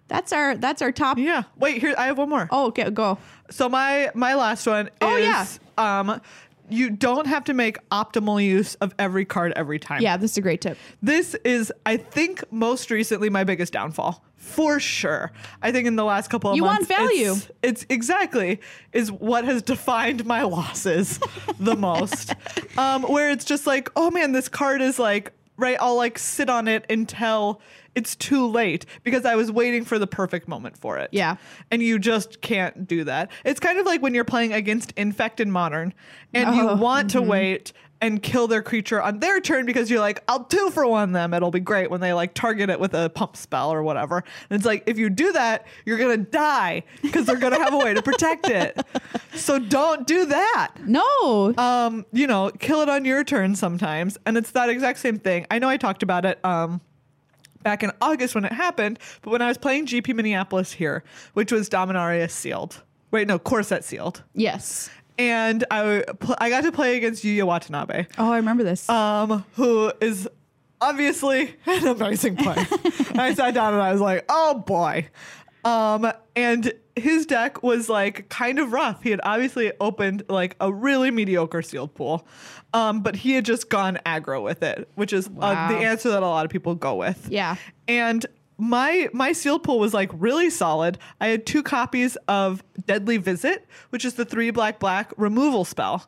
That's our that's our top.
Yeah. Wait, here I have one more.
Oh, okay, go.
So my my last one is
Oh, yeah.
um you don't have to make optimal use of every card every time.
Yeah, this is a great tip.
This is I think most recently my biggest downfall. For sure. I think in the last couple of
You want
months it's-
value.
It's, exactly is what has defined
(laughs)
my losses the most. Um where it's just like, oh man, this card is like right, I'll like sit on it until it's too late because I was waiting for the perfect moment for it
Yeah.
and you just can't do that. It's kind of like when you're playing against Infect in Modern and
Oh,
you want to wait and kill their creature on their turn because you're like, I'll two for one them. It'll be great when they like target it with a pump spell or whatever. And it's like, if you do that, you're going to die because they're going to have a way to protect it. So don't do that
No.
um, you know, kill it on your turn sometimes. And it's that exact same thing. I know I talked about it um, back in August when it happened, but when I was playing GP Minneapolis here, which was Dominaria sealed. Wait, no, Corset sealed.
yes.
And I, pl- I got to play against Yuya Watanabe
Oh, I remember this.
um, who is obviously (laughs) an amazing player.
(laughs)
And I sat down and I was like, oh boy. Um, and his deck was like kind of rough. He had obviously opened like a really mediocre sealed pool, um, but he had just gone aggro with it, which is uh,
Wow.
the answer that a lot of people go with.
Yeah.
And my my seal pool was like really solid. I had two copies of Deadly Visit, which is the three black black removal spell.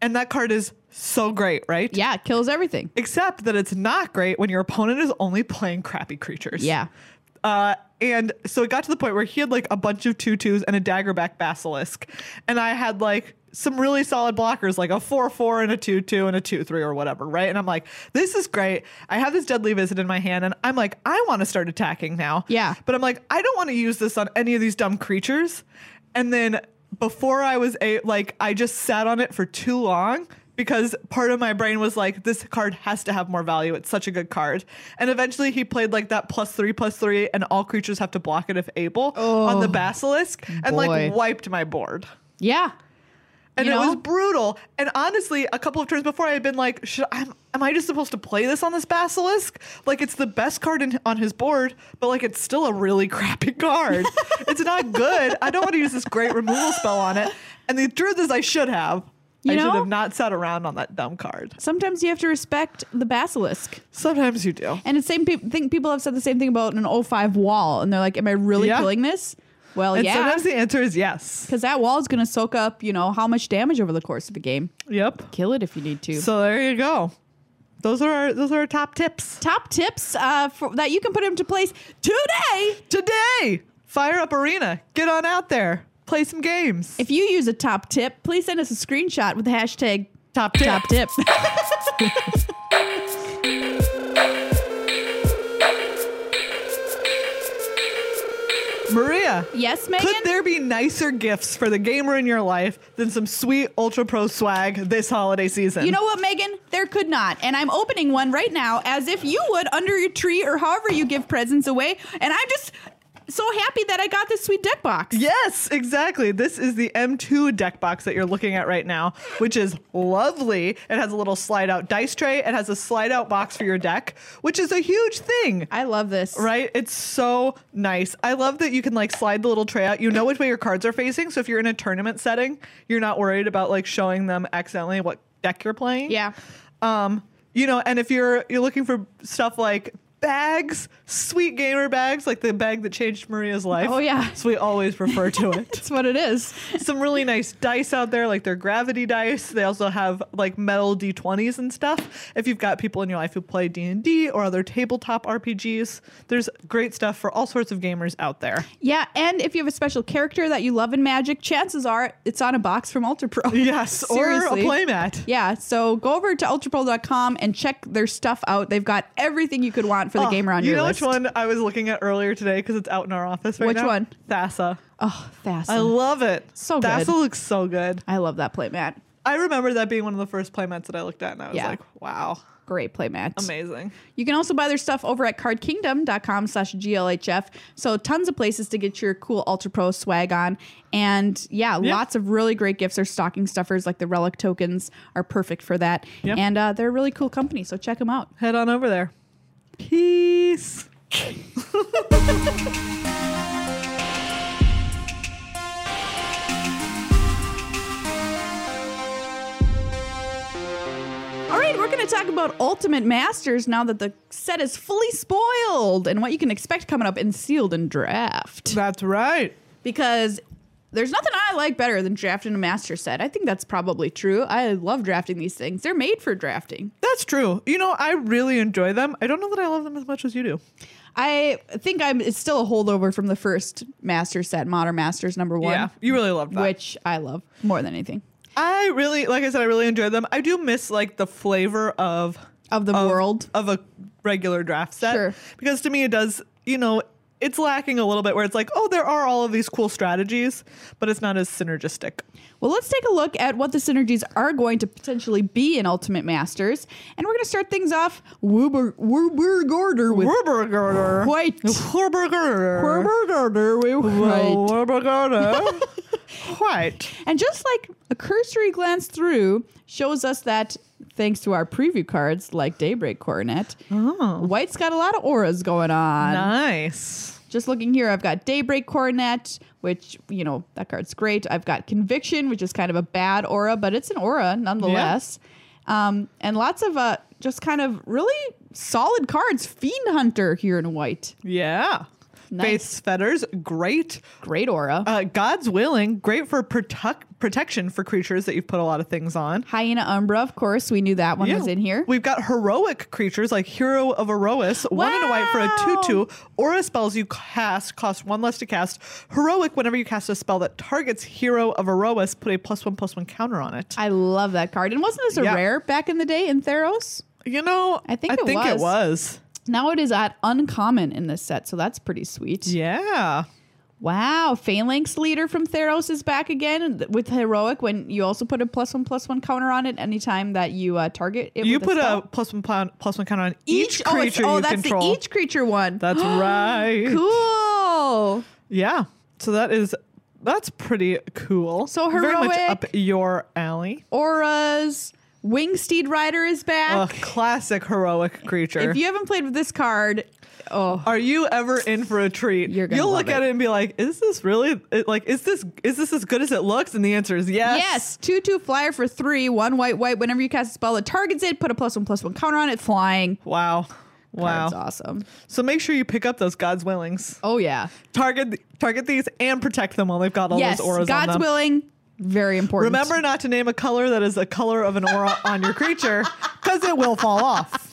And that card is so great, right?
yeah, it kills everything.
Except that it's not great when your opponent is only playing crappy creatures.
Yeah.
Uh, and so it got to the point where he had like a bunch of tutus and a daggerback basilisk. And I had like some really solid blockers, like a 4 4 and a 2 2 and a 2 3 or whatever, right? And I'm like, this is great. I have this deadly visit in my hand, and I'm like, I want to start attacking now.
Yeah.
But I'm like, I don't want to use this on any of these dumb creatures. And then before I was a like, I just sat on it for too long because part of my brain was like, this card has to have more value. It's such a good card. And eventually he played like that plus three, plus three, and all creatures have to block it if able on the basilisk
boy.
and like wiped my board.
Yeah.
And
You
it was
know?
brutal. And honestly, a couple of turns before, I had been like, Should, am, am I just supposed to play this on this basilisk? Like, it's the best card in, on his board, but like, it's still a really (laughs)
(laughs)
crappy card. it's not good. I don't want to use this great removal spell on it. And the truth is, I should have.
You
I should
know?
have not sat around on that dumb card.
Sometimes you have to respect the basilisk.
Sometimes you do.
And the same pe- think people have said the same thing about an 05 wall, and they're like, "Am I really
Yeah.
killing this?" Well,
And
yeah,
sometimes the answer is yes.
because that wall is going to soak up, you know, how much damage over the course of a game.
Yep.
Kill it if you need to.
So there you go. Those are our those are our top tips
Top tips uh, for, that you can put into place today.
today. Fire up arena. Get on out there. Play some games.
If you use a top tip, please send us a screenshot with the hashtag
Top tip.
Top tip.
(laughs) Maria.
yes, Megan.
Could there be nicer gifts for the gamer in your life than some sweet Ultra Pro swag this holiday season?
You know what, Megan? There could not. And I'm opening one right now as if you would under your tree or however you give presents away. And I'm just so happy that I got this sweet deck box.
Yes, exactly. This is the M2 deck box that you're looking at right now, which is lovely. It has a little slide out dice tray, it has a slide out box for your deck, which is a huge thing.
I love this.
Right? It's so nice. I love that you can like slide the little tray out. You know which way your cards are facing. So if you're in a tournament setting, you're not worried about like showing them accidentally what deck you're playing.
Yeah.
Um, you know, and if you're you're looking for stuff like bags, sweet gamer bags, like the bag that changed Maria's life.
Oh, yeah.
So we always refer to
(laughs)
it.
That's what it is.
Some really nice dice out there, like their gravity dice. They also have like metal D20s and stuff. If you've got people in your life who play D&D or other tabletop RPGs, there's great stuff for all sorts of gamers out there.
Yeah, and if you have a special character that you love in Magic, chances are it's on a box from Ultra Pro.
Yes, or a
Seriously.
playmat.
(laughs) Yeah, so go over to ultrapro.com and check their stuff out. They've got everything you could want for the
Oh,
gamer on
you
your
know
list.
which one I was looking at earlier today because it's out in our office right
Which
now.
one?
Thassa.
Oh, fast.
I love it.
So
Thassa
good.
looks so good.
I love that playmat.
I remember that being one of the first playmats that I looked at, and I was
Yeah.
like, wow,
Great playmat.
amazing.
You can also buy their stuff over at cardkingdom.com slash GLHF. So tons of places to get your cool Ultra Pro swag on. And yeah,
Yeah.
lots of really great gifts or stocking stuffers like the relic tokens are perfect for that.
Yeah.
And uh, they're a really cool company. So check them out.
Head on over there. Peace.
All right, we're going to talk about Ultimate Masters now that the set is fully spoiled and what you can expect coming up in Sealed and Draft.
That's right.
Because there's nothing I like better than drafting a master set. I think that's probably true. I love drafting these things, they're made for drafting.
That's true. You know, I really enjoy them. I don't know that I love them as much as you do.
I think I'm it's still a holdover from the first master set, Modern Masters number one,
Yeah, you really love that.
which I love more than anything
I really, like I said, I really enjoy them. I do miss like the flavor of
of the
of-
world.
of a regular draft set
Sure.
because to me it does, you know, it's lacking a little bit where it's like, oh, there are all of these cool strategies, but it's not as synergistic.
Well, let's take a look at what the synergies are going to potentially be in Ultimate Masters, and we're going to start things off Wuber Wuber Gorder with
Werbergerder.
White.
Werbergerder.
Gorder with
Well,
(laughs)
Werbergerder. White.
And just like a cursory glance through shows us that thanks to our preview cards like Daybreak Coronet,
Oh.
White's got a lot of auras going on.
Nice.
just looking here, I've got Daybreak Coronet, which, you know, that card's great. I've got Conviction, which is kind of a bad aura, but it's an aura nonetheless. Um, and lots of uh, just kind of really solid cards. Fiend Hunter here in white.
Yeah.
Nice.
Faith's fetters, great.
Great aura.
Uh, God's willing, great for protect protection for creatures that you've put a lot of things on.
Hyena Umbra, of course. We knew that one
Yeah.
was in here.
We've got heroic creatures like Hero of Erois, one in a white for
Wow.
a 2 2. Aura spells you cast cost one less to cast. Heroic, whenever you cast a spell that targets Hero of Erois, put a plus one plus one counter on it.
I love that card. And wasn't this a
Yeah.
rare back in the day in Theros?
You know,
I think it was.
it was.
Now it is at uncommon in this set, so that's pretty sweet.
Yeah.
Wow, Phalanx leader from Theros is back again and th- with heroic. When you also put a plus one plus one counter on it anytime that you uh, target it.
You
with
put
a,
a
spell.
plus one pound, plus one counter on each,
oh, it's-
creature
Oh,
you
that's
control.
the each creature one. (gasps)
That's right.
cool.
Yeah. So that is that's pretty cool.
So
very much
heroic.
up your alley.
Aura's Wingsteed Rider is
A
back.
classic heroic creature.
If you haven't played with this card, oh,
Are you ever in for a treat?
You're gonna
You'll
love
look at
it.
it and be like, "Is this really it- like is this is this as good as it looks?" And the answer is yes.
Yes, two two flyer for three, one white white. Whenever you cast a spell that targets it, put a plus one plus one counter on it, flying.
Wow.
Card's
Wow.
awesome.
So make sure you pick up those God's willings.
Oh yeah.
Target target these and protect them while they've got all
yes,
those auras on
God's
them.
willing. Very important.
Remember not to name a color that is the color of an aura on your (laughs) creature because it will fall off.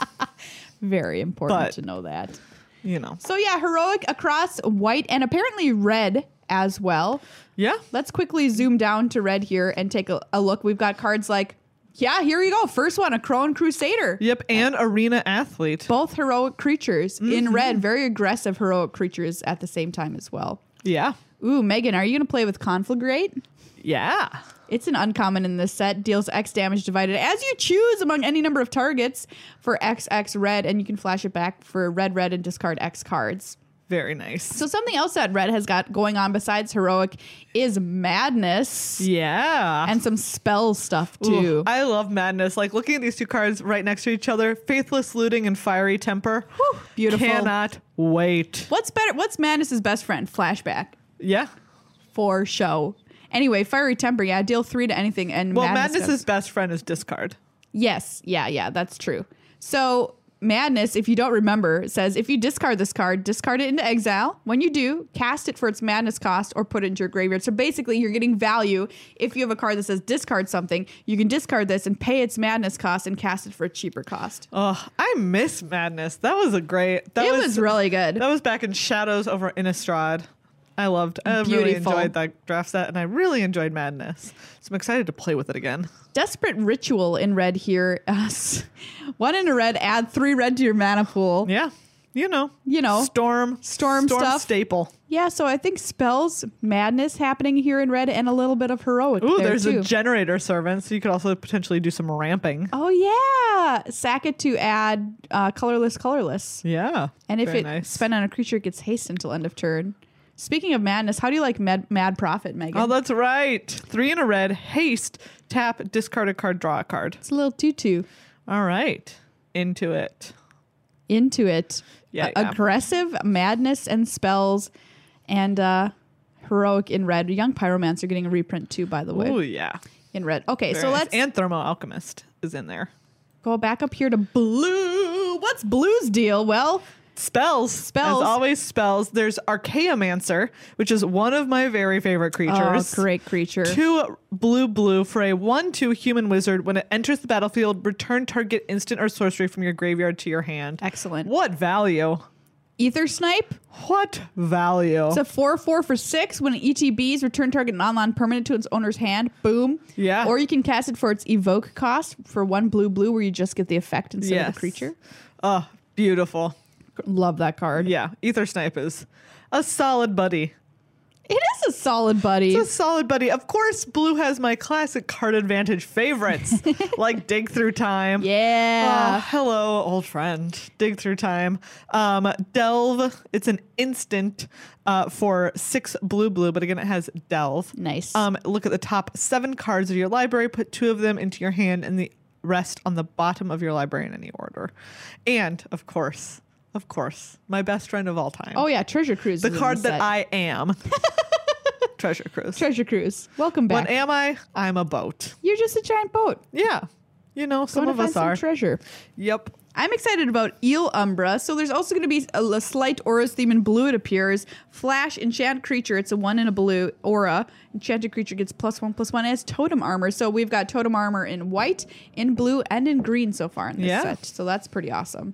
very important
But-
to know that.
You know.
So yeah, heroic across white and apparently red as well.
Yeah.
Let's quickly zoom down to red here and take a, a look. We've got cards like, yeah, here you go. First one, a Crone Crusader.
Yep. And arena athlete.
Both heroic creatures in red, very aggressive heroic creatures at the same time as well.
Yeah.
Ooh, Megan, are you going to play with Conflagrate?
Yeah.
It's an uncommon in this set. Deals X damage divided as you choose among any number of targets for XX red, and you can flash it back for red, red, and discard X cards.
Very nice.
So, something else that red has got going on besides heroic is madness
Yeah.
and some spell stuff
Ooh,
too.
I love madness. Like looking at these two cards right next to each other, faithless looting and fiery temper.
Whew, beautiful.
Cannot wait.
What's better? What's Madness's best friend? Flashback
Yeah.
for show. Anyway, fiery temper. Yeah, deal three to anything. And
Well,
madness
madness's
does-
best friend is discard.
Yes. Yeah. Yeah. That's true. So, Madness, if you don't remember, says if you discard this card, discard it into exile. When you do, cast it for its madness cost or put it into your graveyard. So basically, you're getting value. If you have a card that says discard something, you can discard this and pay its madness cost and cast it for a cheaper cost.
Oh, I miss madness. That was a great. That
it was, really good.
That was back in Shadows over Innistrad. I loved. I really
Beautiful.
enjoyed that draft set, and I really enjoyed Madness. So I'm excited to play with it again.
Desperate Ritual in red here. (laughs) one in a red, add three red to your mana pool.
Yeah, you know,
You know,
storm,
storm stuff.
staple.
Yeah, so I think spells, madness happening here in red, and a little bit of heroic.
Ooh,
there
there's
too.
a generator servant, so you could also potentially do some ramping.
Oh yeah, sack it to add uh, colorless, colorless.
Yeah,
And if
Very
it
nice.
spent on a creature, it gets haste until end of turn. Speaking of madness, how do you like Mad, mad Prophet, Megan?
oh, that's right. Three in a red, haste, tap, discard a card, draw a card.
it's a little tutu
All right, into it.
into it.
Yeah,
A-
yeah.
aggressive madness and spells, and uh, heroic in red. Young Pyromancer getting a reprint too, by the way,
Ooh, yeah.
in red. Okay,
Very
so
nice.
let's
and Thermo Alchemist is in there.
go back up here to blue. What's blue's deal? Well,
Spells.
Spells.
As always, spells. There's Archaeomancer, which is one of my very favorite
oh,
creatures.
great creature.
Two blue blue for a one two human wizard. When it enters the battlefield, return target instant or sorcery from your graveyard to your hand.
Excellent.
What value?
Ether Snipe.
What value?
It's a 4 4 for 6 when an E ETBs return target non land permanent to its owner's hand. Boom.
Yeah.
Or you can cast it for its evoke cost for one blue blue where you just get the effect instead of
Yes.
the creature.
Oh, beautiful.
Love that card.
Yeah, Ether Snipe is a solid buddy.
It is a solid buddy.
It's a solid buddy. Of course, blue has my classic card
(laughs)
advantage favorites like Dig Through Time. Oh,
yeah.
hello, old friend. Dig through time. Um, delve. It's an instant uh, for six blue blue, but again, it has delve.
nice.
Um, look at the top seven cards of your library. Put two of them into your hand, and the rest on the bottom of your library in any order. And of course, of course, my best friend of all time.
oh, yeah. Treasure Cruise.
the card that I
(laughs)
am. Treasure cruise.
Treasure Cruise. Welcome
what
back.
am I? I'm a boat.
You're just a giant boat.
Yeah. You know, some
Wanna
of
find
us are.
treasure.
yep.
I'm excited about Eel Umbra. So there's also going to be a, l- slight auras theme in blue. It appears Flash enchant creature. It's a one in a blue aura. Enchanted creature gets plus one plus one as totem armor. So we've got totem armor in white, in blue, and in green so far in this
Yeah.
set. So that's pretty awesome.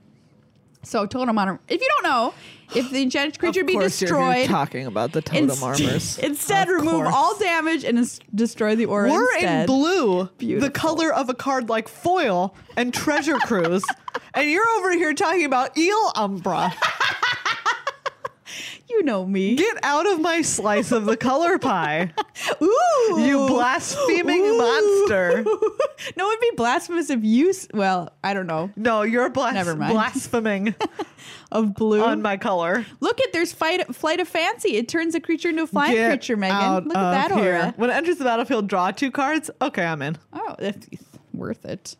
So totem armor. If you don't know, if the enchanted creature
Of
be
course you're here
destroyed,
talking about the totem
inst-
armors.
(laughs) instead
Of
remove
course.
all damage and ins- destroy the aura.
We're
instead.
in blue,
Beautiful.
the color of a card like foil and treasure
(laughs)
cruise, and you're over here talking about eel umbra.
You You know me.
Get out of my slice of the color pie,
Ooh.
you blaspheming
Ooh.
monster.
(laughs) no, it'd be blasphemous if you. S- well, I don't know.
No, you're blas-
Never mind.
blaspheming
Of blue.
on my color.
Look at there's fight, flight of fancy. It turns a creature into a flying
Get
creature, Megan.
out
Look at that
of here.
aura.
When it enters the battlefield, draw two cards. Okay, I'm in.
Oh, that's worth it.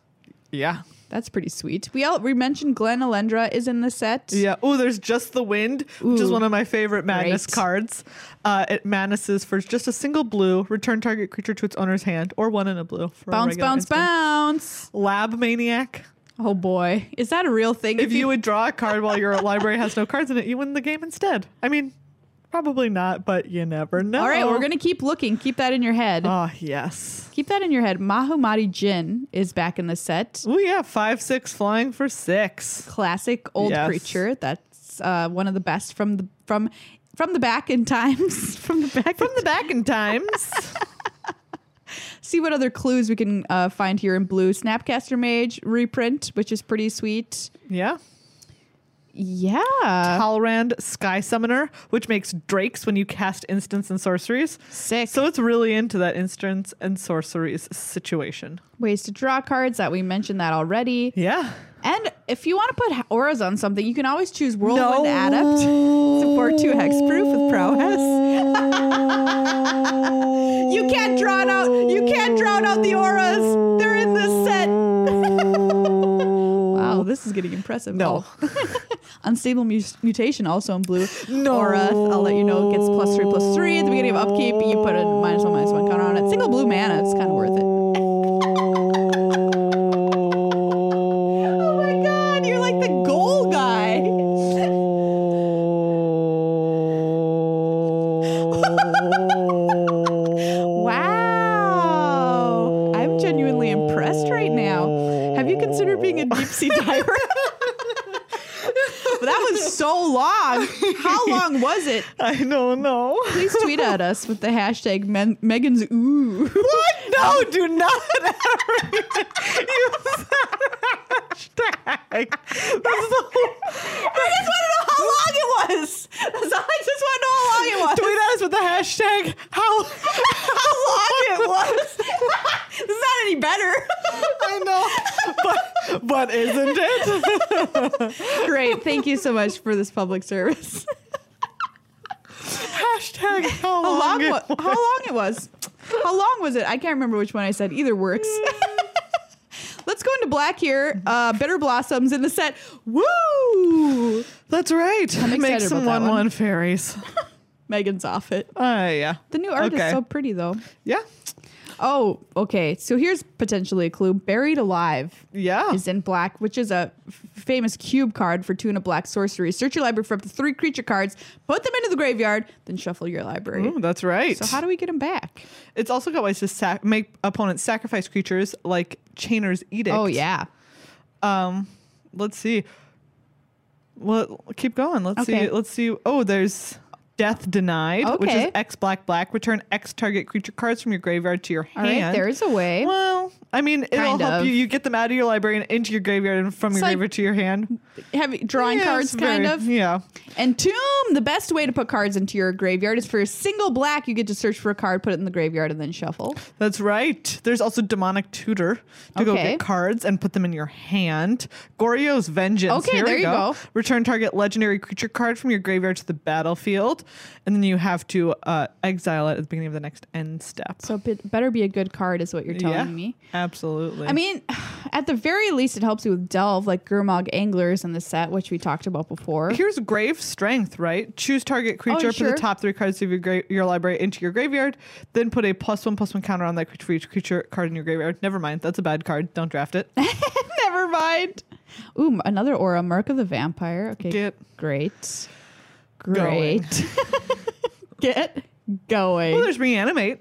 Yeah.
That's pretty sweet. We all we mentioned Glenn Alendra is in the set.
Yeah. Oh, there's just the wind, which is
Ooh.
one of my favorite Magnus
Great.
cards. Uh, it Magnus's for just a single blue. Return target creature to its owner's hand, or one in a blue. For a
Bounce,
regular
bounce,
instant.
bounce.
Lab maniac.
Oh boy, is that a real thing?
If you would draw a card while your library has no cards in it, you win the game instead. I mean, probably not, but you never know.
all right, we're gonna keep looking. Keep that in your head.
Oh yes.
keep that in your head. Mahumadi Jin is back in the set.
Oh yeah, five six flying for six.
Classic old
Yes.
creature. That's uh, one of the best from the from from the back in times. (laughs) from the back.
From the back
(laughs)
in times.
see what other clues we can uh, find here in blue. Snapcaster Mage reprint, which is pretty sweet.
yeah.
Yeah.
Halrand Sky Summoner, which makes drakes when you cast instants and sorceries.
Sick.
So it's really into that instants and sorceries situation.
Ways to draw cards that we mentioned that already.
Yeah.
And if you want to put auras on something, you can always choose Whirlwind Adept. Support 2 Hexproof with
(laughs) prowess.
(laughs) You can't drown out. You can't drown out the auras. They're in this set. Wow, this is getting impressive.
No.
Oh. (laughs) Unstable mu- mutation also in blue.
No.
Aura, I'll let you know, gets plus three, plus three. At the beginning of upkeep, you put a minus one, minus one counter on it. Single blue mana, it's kind of worth it.
oh
my God, you're like the goal guy. (laughs) Wow. I'm genuinely impressed right now. Have you considered being a deep
(laughs)
sea diver? But that was so long. How long was it?
I don't know.
Please tweet at us with the hashtag Men- Megan's Ooh.
What? (laughs) No, do not ever use that hashtag. That's the
(laughs) I just want to know how long it was. That's all. I just want to know how long it was.
Tweet at us with the hashtag how
How long it was. (laughs) this is not any better.
(laughs) I know, but but isn't
(laughs) (laughs)
it?
Great. Thank you so much for this public service.
Hashtag
How
how long,
long,
it
wa-
was.
how long it was. How long was it? I can't remember which one I said. Either
(laughs)
works. Let's go into black here. Uh, Bitter Blossoms in the set. Woo!
That's right.
excited
Make
about
some
that one.
one one fairies.
Megan's off it.
Uh, yeah.
The new art
Okay.
is so pretty, though.
yeah.
Oh, okay. So here's potentially a clue. Buried Alive
Yeah.
is in black, which is a f- famous cube card for two and a black sorcery. Search your library for up to three creature cards, put them into the graveyard, then shuffle your library.
Ooh, that's right.
So how do we get them back?
it's also got ways to sac- make opponents sacrifice creatures like Chainer's Edict.
Oh yeah.
Um, let's see. Well, keep going. Let's
Okay.
see. Let's see. Oh, there's Death Denied, which is
Okay.
X black black. Return X target creature cards from your graveyard to your
All
hand.
right, there's a way.
Well, I mean, it'll
Kind
help
of.
you. You get them out of your library and into your graveyard and from
It's
your
like-
graveyard to your hand.
Heavy drawing
Yeah,
cards
it's
kind
very-
of.
Yeah.
And tomb, the best way to put cards into your graveyard is for a single black, you get to search for a card, put it in the graveyard, and then shuffle.
That's right. There's also Demonic Tutor to go
Okay.
get cards and put them in your hand. Gorio's Vengeance.
Okay,
Here
there
we
you
go.
go.
Return target legendary creature card from your graveyard to the battlefield. And then you have to uh, exile it at the beginning of the next end step.
So it better be a good card is what you're telling
yeah,
me.
Absolutely.
I mean, (sighs) at the very least, it helps you with delve, like Gurmog Anglers in the set, which we talked about before.
Here's Grave Strength, right? Choose target creature, put
Oh, sure.
the top three cards of your gra- your library into your graveyard, then put a plus one plus one counter on that creature for each creature card in your graveyard. Never mind, that's a bad card. Don't
(laughs)
draft it.
(laughs) Never mind. Ooh, m- another aura, Mark of the Vampire. Okay,
Get
great,
going.
great. (laughs) Get going.
well, there's reanimate.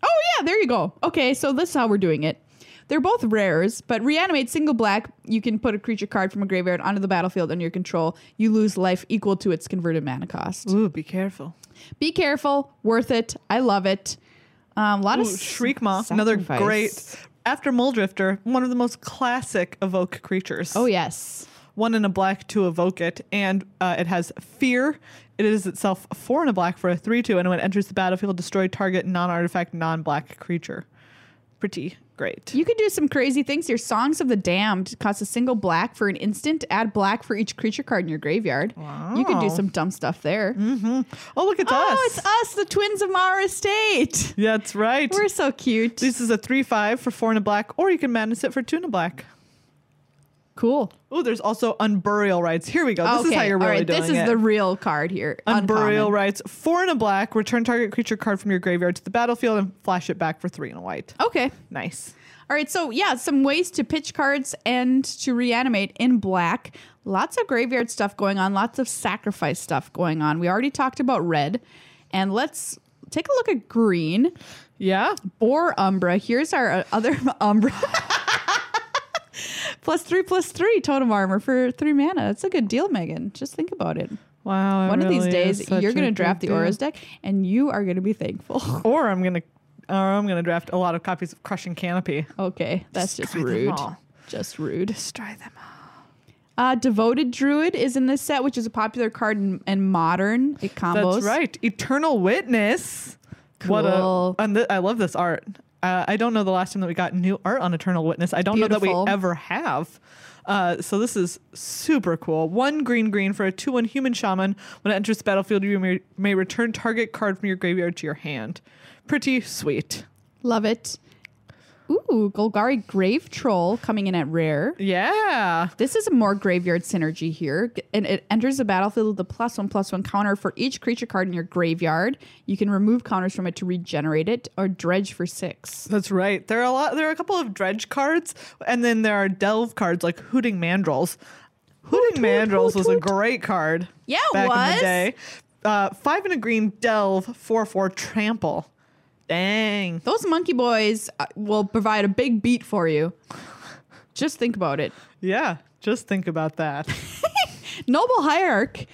Oh yeah, there you go. Okay, so this is how we're doing it. They're both rares, but reanimate single black. You can put a creature card from a graveyard onto the battlefield under your control. You lose life equal to its converted mana cost.
Ooh, be careful.
Be careful. Worth it. I love it. Um, a lot
Ooh,
of s-
Shriekma, another
sacrifice.
great. After Moldrifter, one of the most classic evoke creatures.
Oh yes,
one in a black to evoke it, and uh, it has fear. It is itself four in a black for a three two, and when it enters the battlefield, destroy target non artifact non black creature. Pretty great.
You can do some crazy things. Your Songs of the Damned costs a single black for an instant. Add black for each creature card in your graveyard. You can do
Wow.
some dumb stuff there.
Oh look, it's
oh,
us.
it's us, the twins of Mara Estate.
That's right.
We're so cute.
this is a three five for four in a black, or you can madness it for two in a black.
Cool.
Oh, there's also unburial rights. Here we go. This is how you're
all
really
right,
doing
This is
it.
the real card here.
Unburial
Uncommon.
rights. Four in a black. Return target creature card from your graveyard to the battlefield and flash it back for three in a white.
Okay.
Nice.
All right, so yeah, some ways to pitch cards and to reanimate in black. Lots of graveyard stuff going on, lots of sacrifice stuff going on. We already talked about red, and let's take a look at green.
Yeah.
Or Umbra. Here's our uh, other (laughs) Umbra. plus three, plus three totem armor for three mana. That's a good deal, Megan. Just think about it.
Wow. it
One of these
really is
days,
such
you're
a
going to
good
draft the
deal.
Auras deck, and you are going to be thankful. (laughs)
Or I'm gonna, or I'm gonna draft a lot of copies of Crushing Canopy.
okay, that's just
Destroy them
rude.
all.
Just rude.
Destroy them all.
Uh, Devoted Druid is in this set, which is a popular card in, in modern. It combos.
That's right. Eternal Witness. What a!
Cool.
And th- I love this art. Uh, I don't know the last time that we got new art on Eternal Witness. I don't know that
Beautiful.
we ever have. Uh, so this is super cool. One green green for a two one human shaman. When it enters the battlefield, you may, may return target card from your graveyard to your hand. Pretty sweet.
Love it. Ooh, Golgari Grave Troll coming in at rare.
Yeah.
This is a more graveyard synergy here, G- and it enters the battlefield with a plus one plus one counter for each creature card in your graveyard. You can remove counters from it to regenerate it or dredge for six.
That's right. There are a lot. There are a couple of dredge cards, and then there are delve cards like Hooting Mandrels. Hooting
hoot,
Mandrels was a
hoot.
great card.
Yeah, it
(laughs) back in
was.
the day. Uh, five and a green delve four four trample. Dang.
Those monkey boys uh, will provide a big beat for you. Just think about it.
Yeah. Just think about that. (laughs)
Noble Hierarch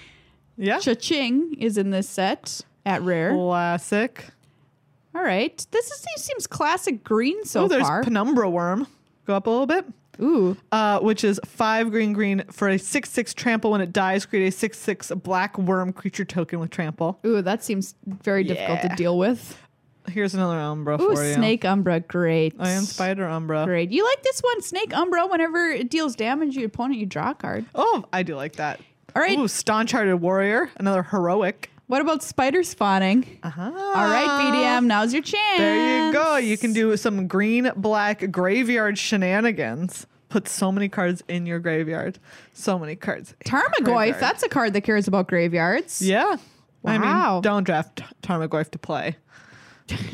Yeah.
Cha-Ching is in this set at rare.
Oh. Classic.
All right. This is, this seems classic green so
Oh, there's
far.
penumbra worm. Go up a little bit.
Ooh.
uh, which is five green green for a six six trample. When it dies, create a six six black worm creature token with trample.
Ooh, that seems very difficult to
Yeah.
deal with.
Here's another umbra
Ooh,
for you.
Snake Umbra. Great.
I am Spider Umbra.
Great. You like this one, Snake Umbra. Whenever it deals damage to your opponent, you draw a card.
Oh, I do like that.
All right.
Ooh, staunch hearted warrior, another heroic.
What about spider spawning?
Uh-huh.
All right, BDM, now's your chance.
There you go. You can do some green black graveyard shenanigans. Put so many cards in your graveyard. So many cards. in your
Tarmogoyf.
graveyard.
That's a card that cares about graveyards.
yeah. I
Wow.
mean, don't draft Tarmogoyf to play.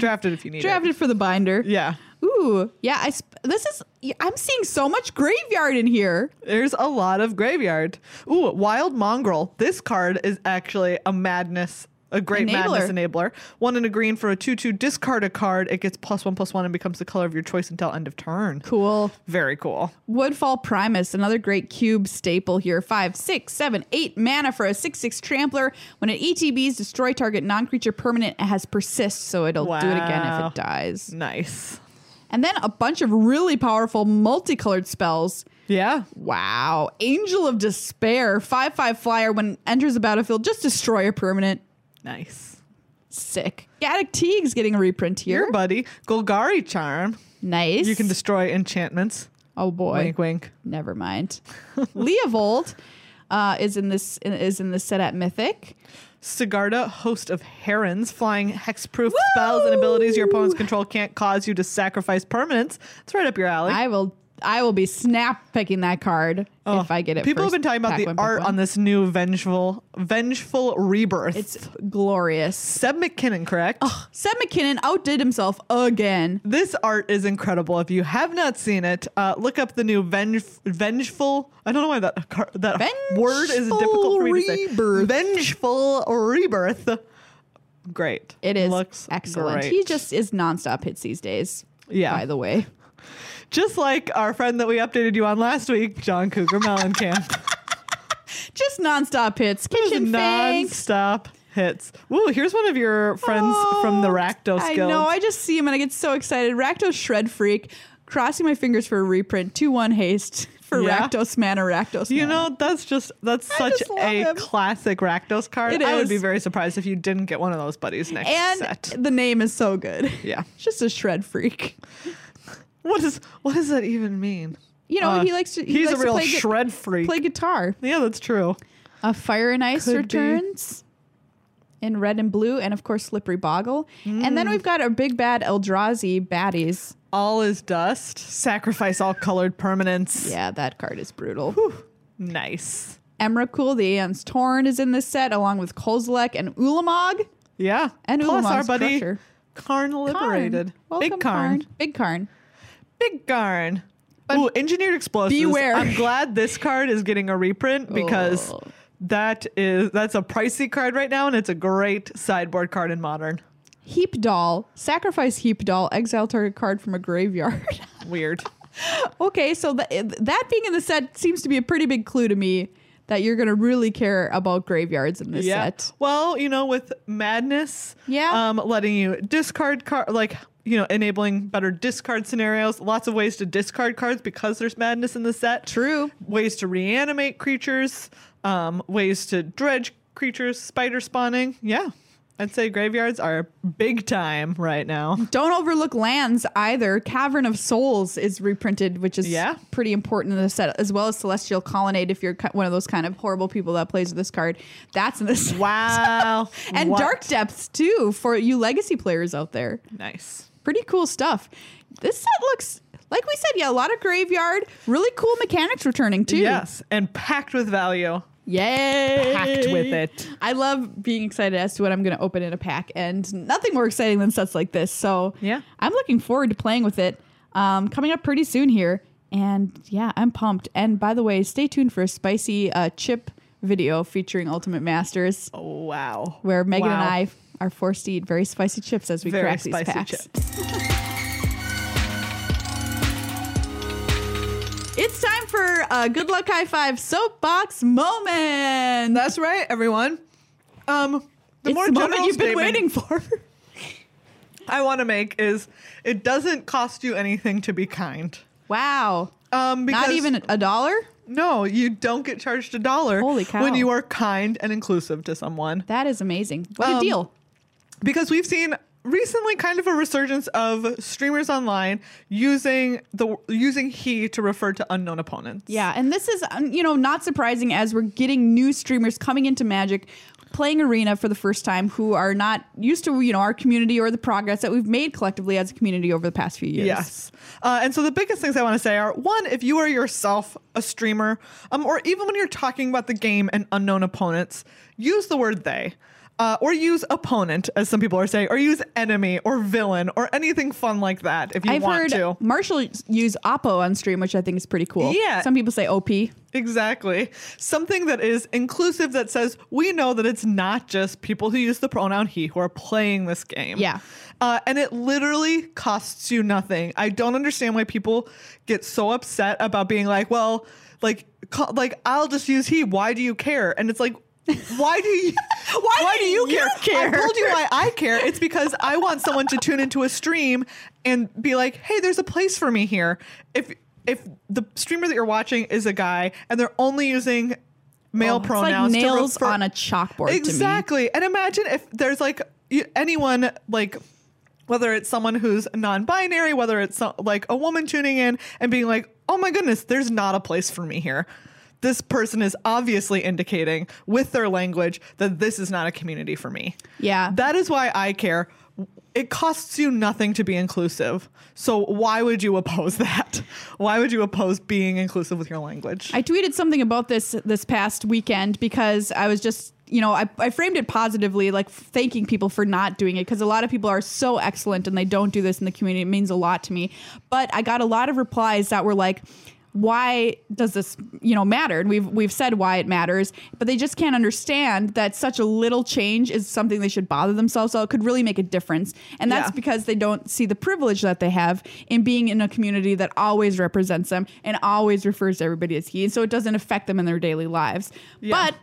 draft it if you need
Draft it for the binder.
it. Yeah.
Ooh, yeah. I sp- this is. I'm seeing so much graveyard in here.
There's a lot of graveyard. Ooh, Wild Mongrel. This card is actually a madness, a great madness enabler. One in a green for a 2 2. Discard a card. It gets plus 1 plus 1 and becomes the color of your choice until end of turn.
Cool.
Very cool.
Woodfall Primus, another great cube staple here. Five, six, seven, eight mana for a six six trampler. When E it ETBs, destroy target non creature permanent. It has persist, so it'll do it again if
Wow.
it dies.
Nice.
And then a bunch of really powerful multicolored spells.
Yeah.
Wow. Angel of Despair, five five flyer. When it enters the battlefield, just destroy a permanent.
Nice.
Sick. Gaddock Teague's getting a reprint here.
Your buddy, Golgari Charm.
nice.
You can destroy enchantments.
Oh boy.
Wink, wink.
Never
(laughs)
mind. Leovold uh, is in this is in this set at Mythic.
Sigarda, host of herons, flying hexproof spells and abilities your opponent's control can't cause you to sacrifice permanents. It's right up your alley.
I will I will be snap picking that card
Oh,
if I get it.
People
first.
have been talking about
Pack
the
one, pick
art
one.
on this new vengeful, vengeful rebirth.
It's glorious.
Seb McKinnon, correct?
Seth McKinnon outdid himself again.
This art is incredible. If you have not seen it, uh, look up the new venge, vengeful. I don't know why that car- that word is
Vengeful
difficult for me to say.
rebirth.
Vengeful rebirth. Great.
It is
Looks
excellent.
great.
He just is nonstop hits these days.
Yeah.
By the way.
just like our friend that we updated you on last week, John Cougar Mellencamp.
(laughs) Just nonstop hits.
Just
Kitchen fangs.
non-stop hits. Ooh, here's one of your friends from the
Oh,
Rakdos
I
Guild.
know. I just see him and I get so excited. Rakdos Shred Freak. Crossing my fingers for a reprint. 2 1 haste for
Yeah.
Rakdos Mana, Rakdos
You
Mana.
know, that's just that's such
just love
a
him.
classic Rakdos card.
It
I would
is.
be very surprised if you didn't get one of those buddies next
and
set.
the name is so good.
Yeah.
It's just a shred freak.
What does what does that even mean?
You know,
Uh,
he likes to. He
he's
likes
a real
to play gu-
shred freak.
play guitar.
yeah, that's true.
A Fire and Ice
Could be.
returns in red and blue, and of course Slippery Boggle. And
Mm.
then we've got our big bad Eldrazi baddies.
All is dust. Sacrifice all colored permanents.
Yeah, that card is brutal.
Nice.
Emrakul, the Aeon's Torn, is in this set along with Kozilek and Ulamog.
Yeah.
And
plus our
Ulamog's
buddy
Crusher.
Karn liberated.
Welcome,
Big Karn.
Big Karn.
Big Karn. Ooh, engineered explosives.
Beware.
I'm glad this card is getting a reprint because
Oh.
that is that's a pricey card right now, and it's a great sideboard card in modern.
Heap Doll. Sacrifice Heap Doll. Exile target card from a graveyard. (laughs)
Weird.
okay, so th- that being in the set seems to be a pretty big clue to me that you're going to really care about graveyards in this
yeah.
set.
Well, you know, with madness,
Yeah.
um, letting you discard card like you know, enabling better discard scenarios. Lots of ways to discard cards because there's madness in the set.
True.
ways to reanimate creatures, um, ways to dredge creatures, spider spawning. Yeah. I'd say graveyards are big time
(laughs)
right now.
Don't overlook lands either. Cavern of Souls is reprinted, which is
Yeah.
pretty important in the set, as well as Celestial Colonnade. If you're ki- one of those kind of horrible people that plays with this card, that's in this.
Wow.
(laughs) And
What?
Dark Depths too for you legacy players out there.
Nice.
Pretty cool stuff. This set looks like we said, yeah, a lot of graveyard. Really cool mechanics returning too.
Yes. And packed with value.
Yay!
Packed with it.
I love being excited as to what I'm going to open in a pack, and nothing more exciting than sets like this. So
Yeah.
I'm looking forward to playing with it. Um, coming up pretty soon here, and yeah, I'm pumped. And by the way, stay tuned for a spicy uh, chip video featuring Ultimate Masters,
Oh, wow.
where Megan and
Wow.
I f- are forced to eat very spicy chips as we
Very
crack these
spicy
packs. It's time for a good luck high five soapbox moment.
That's right, everyone. Um, the
it's
more
the
general
moment you've been
statement
waiting for. (laughs)
I want to make is it doesn't cost you anything to be kind.
Wow.
Um, because
Not even a dollar?
No, you don't get charged a dollar
Holy cow.
when you are kind and inclusive to someone.
That is amazing. What a
Um,
deal.
Because we've seen recently kind of a resurgence of streamers online using the using he to refer to unknown opponents.
Yeah, and this is um, you know not surprising as we're getting new streamers coming into Magic playing arena for the first time who are not used to you know our community or the progress that we've made collectively as a community over the past few years.
Yes. Uh, and so the biggest things I want to say are one, if you are yourself a streamer, um, or even when you're talking about the game and unknown opponents, use the word they. Uh, or use opponent, as some people are saying, or use enemy or villain or anything fun like that if you
I've
want
heard
to.
Marshall use Oppo on stream, which I think is pretty cool.
Yeah.
Some people say OP.
Exactly. Something that is inclusive that says we know that it's not just people who use the pronoun he who are playing this game.
Yeah.
Uh, and it literally costs you nothing. I don't understand why people get so upset about being like, well, like, co- like I'll just use he. Why do you care? And it's like, why
(laughs)
do you? (laughs) Why, do you, care? I
care?
told you why I care. It's because I want someone to tune into a stream and be like, "Hey, there's a place for me here." If if the streamer that you're watching is a guy and they're only using
Oh,
male
it's like
pronouns, to
nails
refer-
on a chalkboard to me.
exactly. And imagine if there's like you, anyone like. Whether it's someone who's non-binary, whether it's so- like a woman tuning in and being like, "Oh my goodness, there's not a place for me here." This person is obviously indicating with their language that this is not a community for me.
Yeah.
That is why I care. It costs you nothing to be inclusive. So why would you oppose (laughs) that? Why would you oppose being inclusive with your language?
I tweeted something about this this past weekend because I was just you know I, I framed it positively like thanking people for not doing it because a lot of people are so excellent and they don't do this in the community it means a lot to me but i got a lot of replies that were like why does this you know matter and we've we've said why it matters but they just can't understand that such a little change is something they should bother themselves so it could really make a difference and that's
Yeah.
because because they don't see the privilege that they have in being in a community that always represents them and always refers to everybody as he. And so it doesn't affect them in their daily lives.
Yeah.
But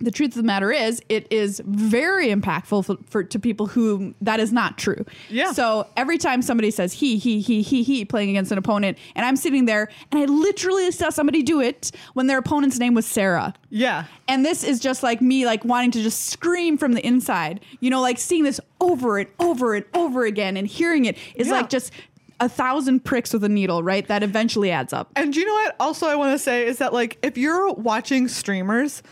the truth of the matter is it is very impactful for, for to people who that is not true
Yeah.
so every time somebody says he he he he he playing against an opponent and i'm sitting there and i literally saw somebody do it when their opponent's name was sarah
Yeah.
and this is just like me like wanting to just scream from the inside you know like seeing this over and over and over again and hearing it is
Yeah.
like just a thousand pricks with a needle right that eventually adds up
And you know what? Also, I want to say is that like if you're watching streamers,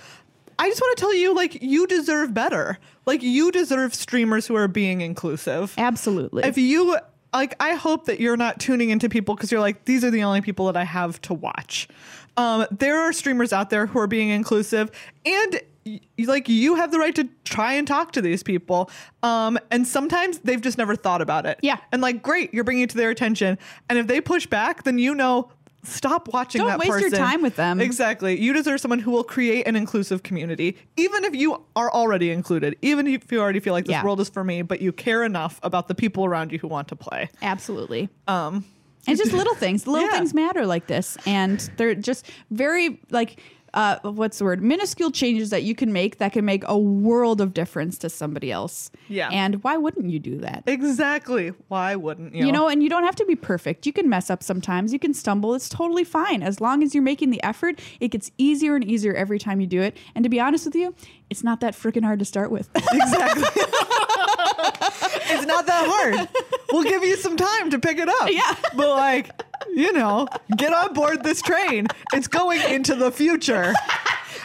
I just want to tell you like you deserve better. Like you deserve streamers who are being inclusive.
absolutely
If you like, I hope that you're not tuning into people because you're like these are the only people that I have to watch. Um, there are streamers out there who are being inclusive and. y- Like you have the right to try and talk to these people, um, and sometimes they've just never thought about it.
Yeah.
and like, great, you're bringing it to their attention, and if they push back, then you know, stop watching
Don't
that
waste your
person.
time with them.
Exactly. You deserve someone who will create an inclusive community, even if you are already included, even if you already feel like this
Yeah.
world is for me, but you care enough about the people around you who want to play.
Absolutely. Um and just little
(laughs)
things. Little
Yeah.
things matter like this. And they're just very like uh what's the word? Minuscule changes that you can make that can make a world of difference to somebody else.
Yeah.
And why wouldn't you do that?
Exactly. Why wouldn't you?
You know, and you don't have to be perfect. You can mess up sometimes. You can stumble. It's totally fine. As long as you're making the effort, it gets easier and easier every time you do it. And to be honest with you, it's not that freaking hard to start with. (laughs)
exactly. (laughs) it's not that hard. We'll give you some time to pick it up.
Yeah.
But like, you know, get on board this train. It's going into the future.
(laughs)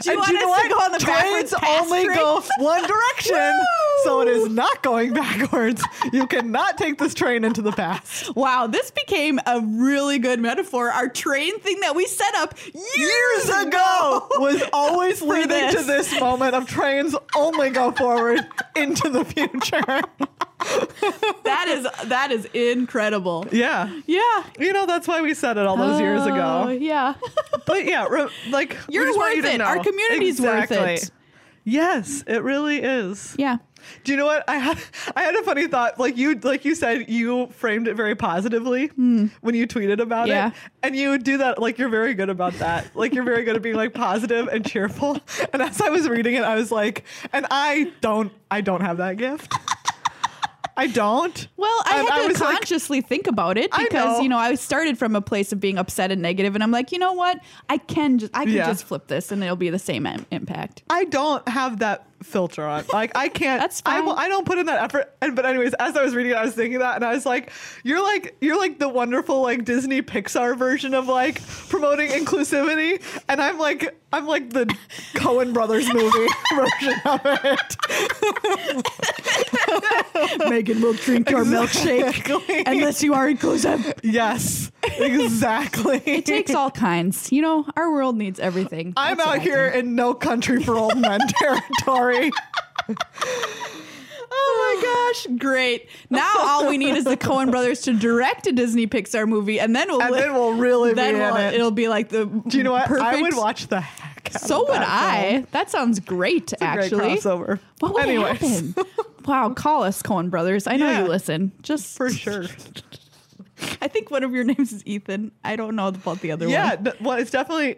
Do you
And
want us to go on the
Trains
backwards pass
only
train?
go one direction, so it is not going backwards. You cannot take this train into the past.
Wow, this became a really good metaphor. Our train thing that we set up years,
Years ago was always leading to
this.
this moment of trains only go forward into the future.
(laughs) that is that is incredible.
Yeah.
(laughs) Yeah.
You know, that's why we said it all those years
Oh,
ago.
yeah. (laughs)
But yeah, re- like, we
You're
just want
worth
you to
it.
know.
Our community's worth it.
Yes, it really is.
yeah.
Do you know what I had? (laughs) I had a funny thought. Like you, like you said, you framed it very positively when you tweeted about
Hmm. Yeah.
it, and you do that. Like you're very good about that. Like you're very good at being like positive and cheerful. (laughs) And as I was reading it, I was like, and I don't, I don't have that gift. (laughs) I don't.
Well, I
And
had to
was like,
consciously think about it
I
because
know.
you know I started from a place of being upset and negative, and I'm like, you know what? I can just I can
Yeah.
just flip this, and it'll be the same im-
(laughs)
impact.
I don't have that filter on. Like I
(laughs)
can't.
That's
I, will-
fine.
I don't put in that effort. And but anyways, as I was reading it, I was thinking that, and I was like, "You're like you're like the wonderful like Disney Pixar version of like promoting inclusivity," and I'm like I'm
(laughs)
like the Cohen Brothers movie version of it.
Megan will drink your (laughs) milkshake unless you are inclusive.
(laughs) Yes, exactly.
It takes all kinds. You know, our world needs everything.
(laughs) I'm
That's what
out
I
here in no country for
(laughs)
old men territory.
Oh my gosh, great. Now all we need is the Coen brothers to direct a Disney Pixar movie and then we'll
And then we'll really
then
be in
we'll-
it.
will be like the
Do you know what?
perfect,
I would watch the heck. out
So
of
would
that
I.
film.
That sounds great
Great
actually.
crossover.
What would
Anyways. (laughs)
happen? wow, call us Coen brothers. I know
Yeah.
you listen. Just
For sure.
(laughs) I think one of your names is Ethan. I don't know about the other
Yeah,
one.
th- well, it's definitely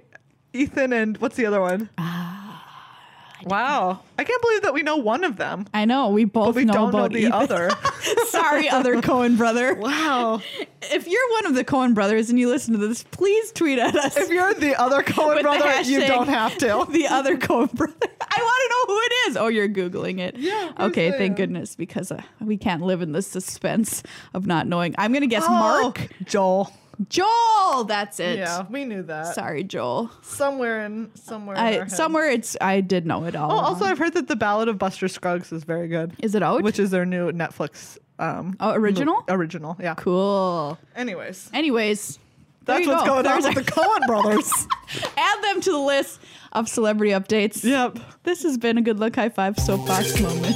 Ethan and what's the other one?
Ah,
wow, I can't believe that we know one of them,
I know. We both
but we
know
don't know
about
the
Ethan. (laughs)
other.
Sorry, other Cohen
(laughs)
brother.
wow,
If you're one of the Cohen brothers and you listen to this, please tweet at us.
if you're the other Cohen
With the
brother, you
hashtag.
don't have (laughs) to.
(laughs) the other Coen brother. (laughs) I want to know who it is. Oh, you're googling it.
Yeah, of course
Okay.
I am.
Thank goodness because uh, we can't live in the suspense of not knowing. I'm gonna guess Mark
Oh, Joel.
Joel. That's it.
Yeah, we knew that.
Sorry, Joel.
Somewhere in somewhere. in our
I
head.
somewhere it's I did know it all.
Oh, also,
along.
I've heard that the Ballad of Buster Scruggs is very good.
is it out?
Which is their new Netflix. Um,
Oh, original?
mo- original, yeah.
cool.
Anyways,
Anyways, there
that's
you
what's
go.
going on
There's
with the Cohen brothers.
our- Add them to the list of celebrity updates.
(laughs) yep.
This has been a good luck high five soapbox moment.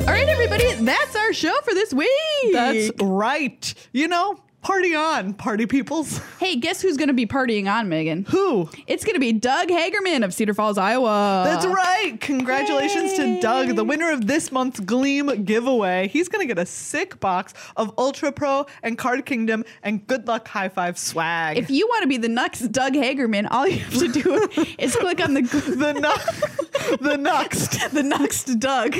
All right, everybody, that's our show for this week.
That's right. You know, Party on, party peoples.
Hey, guess who's going to be partying on, Megan?
Who?
It's going to be Doug Hagerman of Cedar Falls, Iowa.
That's right. Congratulations to Doug, the winner of this month's Gleam giveaway. He's going to get a sick box of Ultra Pro and Card Kingdom and Good Luck High Five swag.
If you want to be the next Doug Hagerman, all you have to do is click on the
the nu- (laughs) the next.
the next Doug.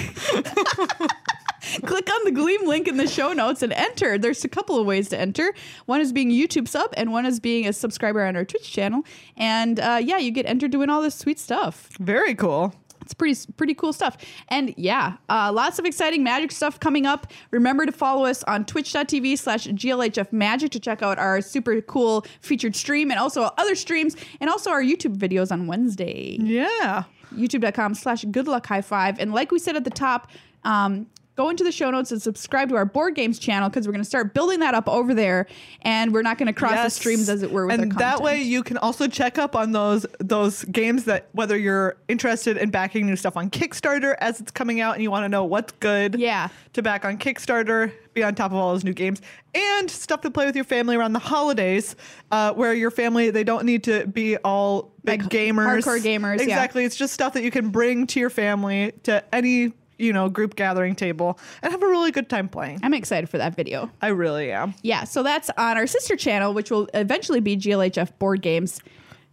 Click on the Gleam link in the show notes and enter. There's a couple of ways to enter. One is being a YouTube sub, and one is being a subscriber on our Twitch channel. And uh, yeah, you get entered to win all this sweet stuff.
Very cool.
It's pretty pretty cool stuff. And yeah, uh, lots of exciting magic stuff coming up. Remember to follow us on twitch.tv slash glhf magic to check out our super cool featured stream and also other streams and also our YouTube videos on Wednesday
Yeah.
youtube.com slash good luck high five and like we said at the top um, go into the show notes and subscribe to our board games channel because we're going to start building that up over there and we're not going to cross the
Yes.
streams as it were with
and
our
that way
content.
you can also check up on those those games that whether you're interested in backing new stuff on Kickstarter as it's coming out and you want to know what's good
Yeah.
to back on Kickstarter, be on top of all those new games and stuff to play with your family around the holidays, uh, where your family they don't need to be all big
Like
gamers,
hardcore gamers, yeah.
Exactly, it's just stuff that you can bring to your family to any you know group gathering table and have a really good time playing.
i'm excited for that video
I really am,
yeah so that's on our sister channel which will eventually be glhf board games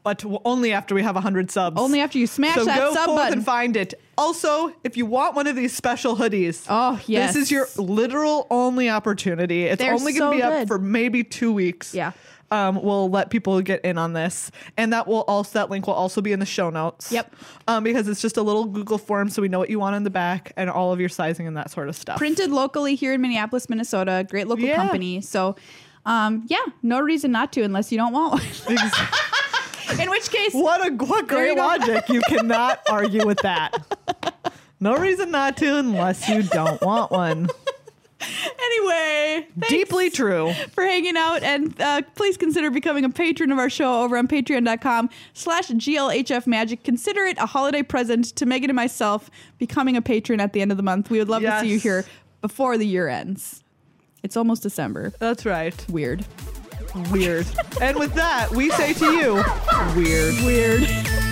but w- only after we have hundred subs.
only after you smash
so
that
go
sub
forth
button
and find it. Also, if you want one of these special hoodies,
Oh, yes.
this is your literal only opportunity. It's
They're
only
so
going to be
good.
up for maybe two weeks.
Yeah.
Um, we'll let people get in on this, and that will also that link will also be in the show notes.
Yep.
Um, because it's just a little Google form, so we know what you want in the back and all of your sizing and that sort of stuff.
printed locally here in minneapolis minnesota great local
Yeah.
company so um, yeah no reason not to unless you don't want one (laughs) in which case
(laughs) What a what
There you
great
go.
logic!
(laughs)
You cannot argue with that. No reason not to unless you don't want one.
anyway (laughs) thanks.
Deeply true.
for hanging out and uh, please consider becoming a patron of our show over on patreon.com slash glhf magic consider it a holiday present to megan and myself becoming a patron at the end of the month we would love to see you
Yes.
here before the year ends it's almost december
That's right.
weird
weird. and with that, we say to you, weird. Weird.